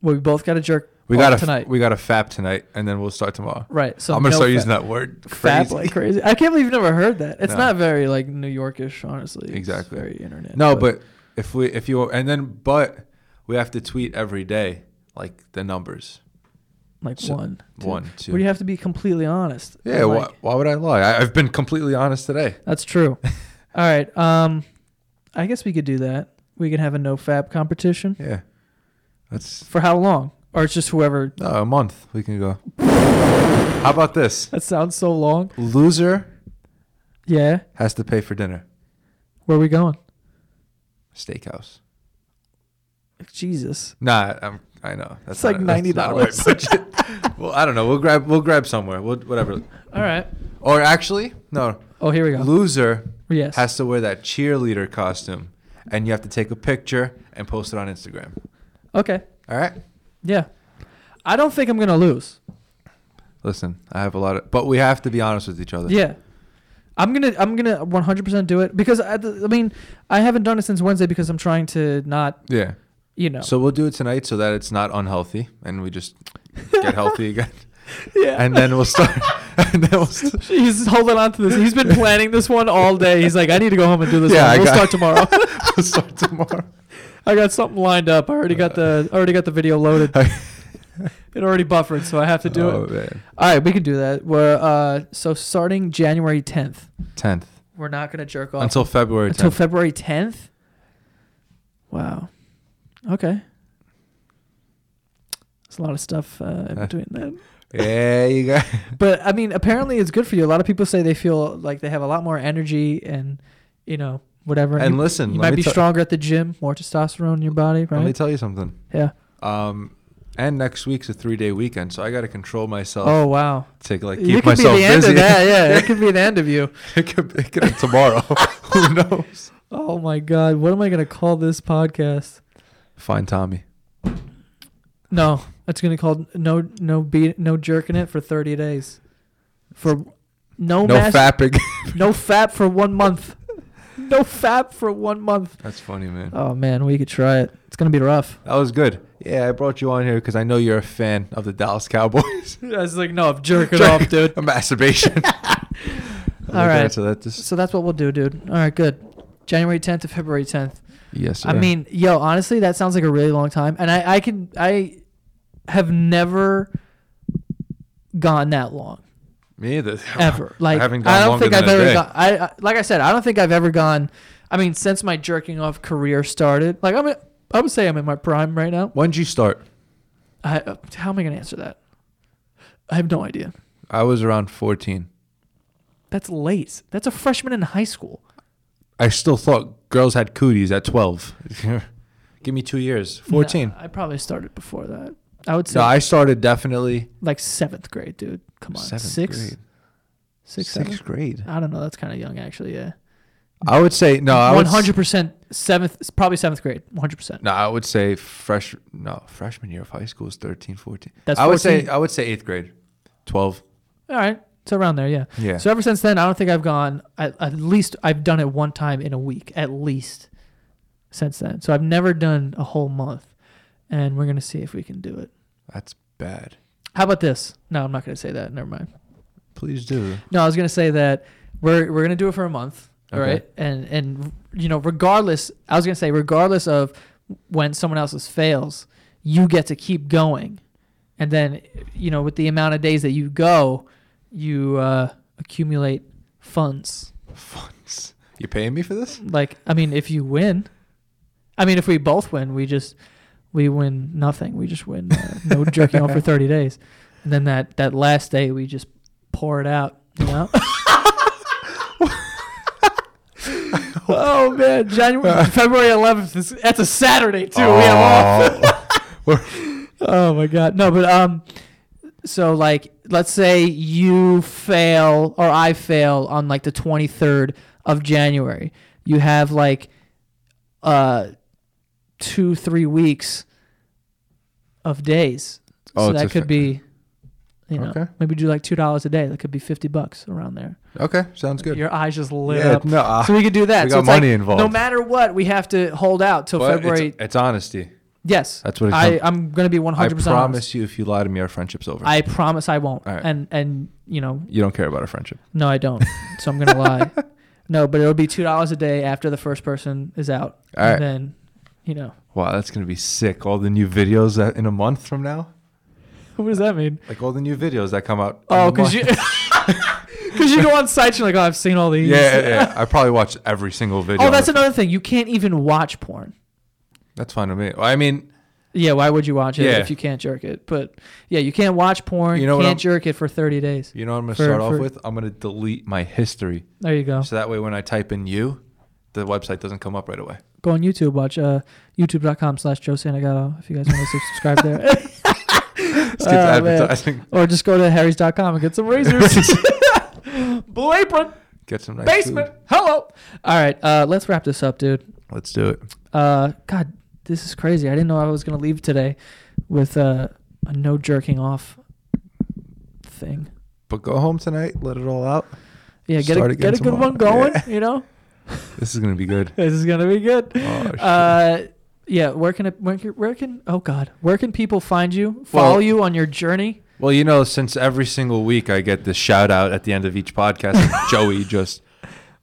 Speaker 1: Well, we both got to jerk.
Speaker 2: We
Speaker 1: off
Speaker 2: gotta
Speaker 1: Oh, tonight.
Speaker 2: we gotta fap tonight, and then we'll start tomorrow.
Speaker 1: right. So
Speaker 2: I'm gonna
Speaker 1: no
Speaker 2: start
Speaker 1: fa-
Speaker 2: using that word.
Speaker 1: Fab
Speaker 2: Crazy.
Speaker 1: like crazy. I can't believe you've never heard that. It's
Speaker 2: No.
Speaker 1: not very like New Yorkish, honestly. It's
Speaker 2: Exactly.
Speaker 1: very internet.
Speaker 2: no, but if we if you and then but we have to tweet every day like the numbers
Speaker 1: like
Speaker 2: so-
Speaker 1: one, two.
Speaker 2: one two.
Speaker 1: But you have to be completely honest.
Speaker 2: yeah,
Speaker 1: Like,
Speaker 2: why, why would I lie? I, I've been completely honest today.
Speaker 1: that's true. All right. Um, I guess we could do that. We can have a no fab competition.
Speaker 2: Yeah, That's
Speaker 1: For how long? Or it's just whoever.
Speaker 2: uh, a month. We can go. How about this?
Speaker 1: That sounds so long.
Speaker 2: Loser
Speaker 1: Yeah.
Speaker 2: has to pay for dinner.
Speaker 1: Where are we going?
Speaker 2: Steakhouse.
Speaker 1: Jesus.
Speaker 2: Nah, I'm, I know. That's
Speaker 1: It's
Speaker 2: not
Speaker 1: like
Speaker 2: a- that's not a right budget. well, I don't know. We'll grab. We'll grab somewhere. We'll whatever.
Speaker 1: All right.
Speaker 2: Or actually, no.
Speaker 1: Oh, here we go.
Speaker 2: Loser
Speaker 1: yes.
Speaker 2: has to wear that cheerleader costume, and you have to take a picture and post it on Instagram.
Speaker 1: okay.
Speaker 2: All right.
Speaker 1: Yeah. I don't think I'm gonna lose.
Speaker 2: Listen, I have a lot of, but we have to be honest with each other.
Speaker 1: Yeah. I'm gonna I'm gonna 100% do it because I, I mean I haven't done it since Wednesday because I'm trying to not
Speaker 2: Yeah.
Speaker 1: you know
Speaker 2: So we'll do it tonight so that it's not unhealthy, and we just get healthy again,
Speaker 1: yeah
Speaker 2: and then we'll start. and then we'll st-
Speaker 1: he's holding on to this he's been planning this one all day he's like I need to go home and do this
Speaker 2: Yeah,
Speaker 1: one.
Speaker 2: I
Speaker 1: we'll
Speaker 2: got-
Speaker 1: start tomorrow
Speaker 2: we'll start tomorrow.
Speaker 1: I got something lined up I already got the I already got the video loaded it already buffered so I have to do
Speaker 2: Oh,
Speaker 1: it
Speaker 2: man.
Speaker 1: all right we can do that we're uh so starting January 10th
Speaker 2: Tenth
Speaker 1: we're not gonna jerk off
Speaker 2: until February
Speaker 1: until
Speaker 2: tenth.
Speaker 1: February 10th. Wow. Okay. There's a lot of stuff uh, in
Speaker 2: Uh.
Speaker 1: between then.
Speaker 2: yeah, you got.
Speaker 1: But I mean, apparently it's good for you. A lot of people say they feel like they have a lot more energy and, you know, whatever.
Speaker 2: And
Speaker 1: you,
Speaker 2: listen,
Speaker 1: you
Speaker 2: let
Speaker 1: might
Speaker 2: me
Speaker 1: be
Speaker 2: tell-
Speaker 1: stronger at the gym, more testosterone in your body,
Speaker 2: Let me
Speaker 1: right?
Speaker 2: tell you something.
Speaker 1: yeah.
Speaker 2: Um, and next week's a three day weekend, so I got to control myself
Speaker 1: Oh wow.
Speaker 2: to like
Speaker 1: you
Speaker 2: keep
Speaker 1: could be
Speaker 2: myself
Speaker 1: the end
Speaker 2: busy.
Speaker 1: of that. Yeah, it could be the end of you.
Speaker 2: it could it could be tomorrow. Who knows?
Speaker 1: Oh my god, what am I gonna call this podcast?
Speaker 2: Find Tommy.
Speaker 1: No, it's gonna be called no no be no jerking it for thirty days, for no
Speaker 2: no
Speaker 1: mas-
Speaker 2: fapping.
Speaker 1: no fap for one month, no fap for one month.
Speaker 2: That's funny, man.
Speaker 1: Oh man, we could try it. It's gonna be rough.
Speaker 2: That was good. Yeah, I brought you on here because I know you're a fan of the Dallas Cowboys.
Speaker 1: I was like, no, I'm jerking
Speaker 2: Jerk-
Speaker 1: off, dude.
Speaker 2: Masturbation. Okay,
Speaker 1: right.
Speaker 2: So that just
Speaker 1: So that's what we'll do, dude. All right, good. January 10th to February 10th.
Speaker 2: yes. Sir.
Speaker 1: I mean, yo, honestly, that sounds like a really long time, and I I can I have never gone that long.
Speaker 2: me either.
Speaker 1: ever. Like I,
Speaker 2: haven't gone
Speaker 1: don't
Speaker 2: longer
Speaker 1: think
Speaker 2: than
Speaker 1: I've
Speaker 2: a
Speaker 1: ever
Speaker 2: day.
Speaker 1: gone. I, I like I said, I don't think I've ever gone. I mean, since my jerking off career started, like I'm, in- I would say I'm in my prime right now.
Speaker 2: When'd you start?
Speaker 1: I, uh, how am I gonna answer that? I have no idea.
Speaker 2: I was around 14.
Speaker 1: That's late. That's a freshman in high school.
Speaker 2: I still thought girls had cooties at 12. Give me two years. 14.
Speaker 1: Nah, I probably started before that. I would say
Speaker 2: No, I started definitely
Speaker 1: like seventh grade, dude. Come on,
Speaker 2: seventh
Speaker 1: six,
Speaker 2: grade.
Speaker 1: six, seven? Uh,
Speaker 2: sixth grade.
Speaker 1: I don't know. That's kind of young, actually. Yeah,
Speaker 2: I would say no. I
Speaker 1: one
Speaker 2: would s-
Speaker 1: hundred percent seventh, probably seventh grade, one hundred percent.
Speaker 2: No, I would say fresh. No, freshman year of high school is 13, 14.
Speaker 1: That's
Speaker 2: I would say
Speaker 1: 14.
Speaker 2: I would say eighth grade, 12.
Speaker 1: All right, so around there, yeah.
Speaker 2: Yeah.
Speaker 1: So ever since then, I don't think I've gone. At, at least I've done it one time in a week, at least. Since then, so I've never done a whole month, and we're gonna see if we can do it.
Speaker 2: That's bad.
Speaker 1: How about this? No, I'm not gonna say that. Never mind.
Speaker 2: Please do.
Speaker 1: No, I was gonna say that we're we're gonna do it for a month, all
Speaker 2: Okay.
Speaker 1: right? And and you know, regardless, I was gonna say regardless of when someone else's fails, you get to keep going, and then you know, with the amount of days that you go, you uh, accumulate funds.
Speaker 2: Funds. You paying me for this?
Speaker 1: Like, I mean, if you win, I mean, if we both win, we just we win nothing. We just win uh, no jerking off for thirty days, and then that that last day we just pour it out. You know. oh man, January February eleventh. is- That's a Saturday too. We have off. Oh my god, no, but um, so like, let's say you fail or I fail on like the twenty third of January. You have like, uh, two three weeks of days.
Speaker 2: Oh,
Speaker 1: so
Speaker 2: it's
Speaker 1: that
Speaker 2: a
Speaker 1: could
Speaker 2: fa-
Speaker 1: be, you know,
Speaker 2: Okay.
Speaker 1: maybe do like two dollars a day. That could be fifty bucks around there.
Speaker 2: Okay, sounds good.
Speaker 1: Your eyes just lit
Speaker 2: Yeah,
Speaker 1: up.
Speaker 2: no, uh,
Speaker 1: so we could do that.
Speaker 2: we
Speaker 1: so
Speaker 2: got
Speaker 1: it's like,
Speaker 2: money involved.
Speaker 1: No matter what, we have to hold out till
Speaker 2: But
Speaker 1: February.
Speaker 2: It's, it's honesty.
Speaker 1: yes,
Speaker 2: That's what it
Speaker 1: I,
Speaker 2: comes-
Speaker 1: I'm going to be one
Speaker 2: I
Speaker 1: hundred percent.
Speaker 2: promise you, if you lie to me, our friendship's over.
Speaker 1: I promise I won't.
Speaker 2: All right.
Speaker 1: And and you know,
Speaker 2: you don't care about our friendship.
Speaker 1: no, I don't. so I'm gonna lie. No, but it'll be two dollars a day after the first person is out.
Speaker 2: All
Speaker 1: and
Speaker 2: right.
Speaker 1: then, you know,
Speaker 2: Wow, that's gonna be sick. All the new videos that in a month from now,
Speaker 1: what does that mean?
Speaker 2: like all the new videos that come out. in
Speaker 1: Oh,
Speaker 2: a
Speaker 1: because you
Speaker 2: month.
Speaker 1: because you go on sites, you're like, oh, I've seen all these.
Speaker 2: Yeah, yeah, yeah. I probably watched every single video.
Speaker 1: Oh,
Speaker 2: on
Speaker 1: that's
Speaker 2: the-
Speaker 1: another thing. You can't even watch porn.
Speaker 2: that's fine with me. I mean,
Speaker 1: Yeah, why would you watch it
Speaker 2: Yeah.
Speaker 1: if you can't jerk it? But yeah, you can't watch porn.
Speaker 2: You
Speaker 1: You
Speaker 2: know what I'm-
Speaker 1: can't jerk it for 30 days.
Speaker 2: You know what I'm gonna
Speaker 1: For-
Speaker 2: start off
Speaker 1: for-
Speaker 2: with? I'm gonna delete my history,
Speaker 1: There you go.
Speaker 2: so that way when I type in you, the website doesn't come up right away.
Speaker 1: Go on YouTube. Watch uh, youtube.com slash Joe Santagato if you guys want to subscribe there.
Speaker 2: Let's get to
Speaker 1: Oh, man.
Speaker 2: advertising.
Speaker 1: or just go to harrys.com and get some razors. Blue apron,
Speaker 2: Get some nice
Speaker 1: basement. Hello. All right, uh, let's wrap this up, dude.
Speaker 2: food. Let's do it.
Speaker 1: Uh, God, this is crazy. I didn't know I was going to leave today with uh, a no jerking off thing.
Speaker 2: But go home tonight. Let it all out.
Speaker 1: Yeah, get
Speaker 2: Start
Speaker 1: a,
Speaker 2: again
Speaker 1: get a good
Speaker 2: tomorrow.
Speaker 1: one going,
Speaker 2: Yeah.
Speaker 1: you know?
Speaker 2: This is gonna be good.
Speaker 1: This is gonna be good.
Speaker 2: Oh, shit.
Speaker 1: uh, yeah, where can it, where can where can oh god, where can people find you, follow
Speaker 2: Well-
Speaker 1: you on your journey?
Speaker 2: Well, you know, since every single week I get this shout out at the end of each podcast, and Joey just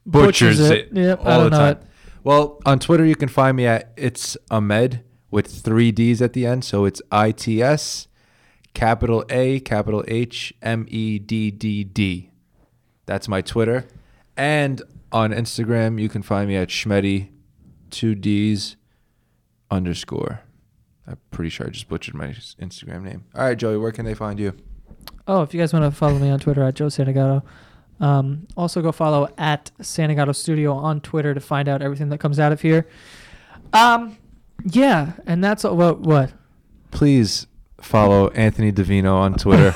Speaker 2: butchers,
Speaker 1: Butchers it.
Speaker 2: it,
Speaker 1: Yep, I
Speaker 2: all the
Speaker 1: don't know it.
Speaker 2: time. Well, on Twitter you can find me at it's Ahmed with three D's at the end, so it's I T S capital A capital H M E D D D. That's my Twitter, and on Instagram you can find me at Schmedy two D's underscore. I'm pretty sure I just butchered my Instagram name. All right, Joey, where can they find you?
Speaker 1: Oh, if you guys want to follow me on Twitter at Joe Santagato. Um, also go follow at Santagato Studio on Twitter to find out everything that comes out of here. Um, yeah, and that's all, what what
Speaker 2: please follow Anthony Davino on Twitter.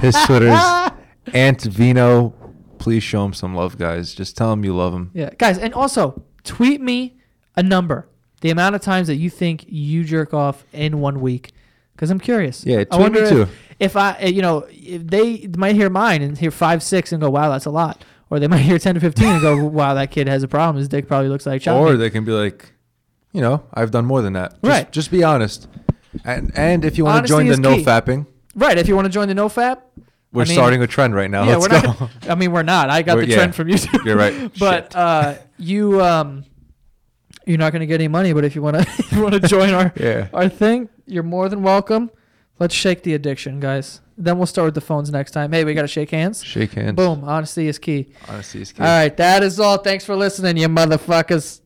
Speaker 2: His Twitter is Ant Vino. Please show him some love, guys. Just tell him you love him.
Speaker 1: yeah, guys, and also tweet me a number, the amount of times that you think you jerk off in one week, because I'm curious.
Speaker 2: Yeah,
Speaker 1: I
Speaker 2: tweet
Speaker 1: wonder
Speaker 2: me
Speaker 1: if-
Speaker 2: too.
Speaker 1: if I, uh, you know, if they might hear mine and hear five, six and go, wow, that's a lot. Or they might hear 10 to 15 and go, wow, that kid has a problem. His dick probably looks like chocolate.
Speaker 2: Or they can be like, you know, I've done more than that. Just,
Speaker 1: Right.
Speaker 2: Just be honest. And and if you want to
Speaker 1: Honesty
Speaker 2: join the
Speaker 1: is
Speaker 2: no
Speaker 1: key.
Speaker 2: fapping,
Speaker 1: right. If you want to join the NoFap,
Speaker 2: we're
Speaker 1: I mean,
Speaker 2: starting a trend right now.
Speaker 1: yeah,
Speaker 2: Let's
Speaker 1: we're not.
Speaker 2: go.
Speaker 1: gonna- I mean, we're not. I got
Speaker 2: We're-
Speaker 1: the
Speaker 2: yeah.
Speaker 1: trend from YouTube.
Speaker 2: You're right.
Speaker 1: but uh, you, um, you're not going to get any money. But if you want to, if you want to join our
Speaker 2: yeah.
Speaker 1: our thing, you're more than welcome. Let's shake the addiction, guys. Then we'll start with the phones next time. Hey, we got to shake hands.
Speaker 2: Shake hands.
Speaker 1: Boom. Honesty is key.
Speaker 2: Honesty is key.
Speaker 1: All right, that is all. Thanks for listening, you motherfuckers.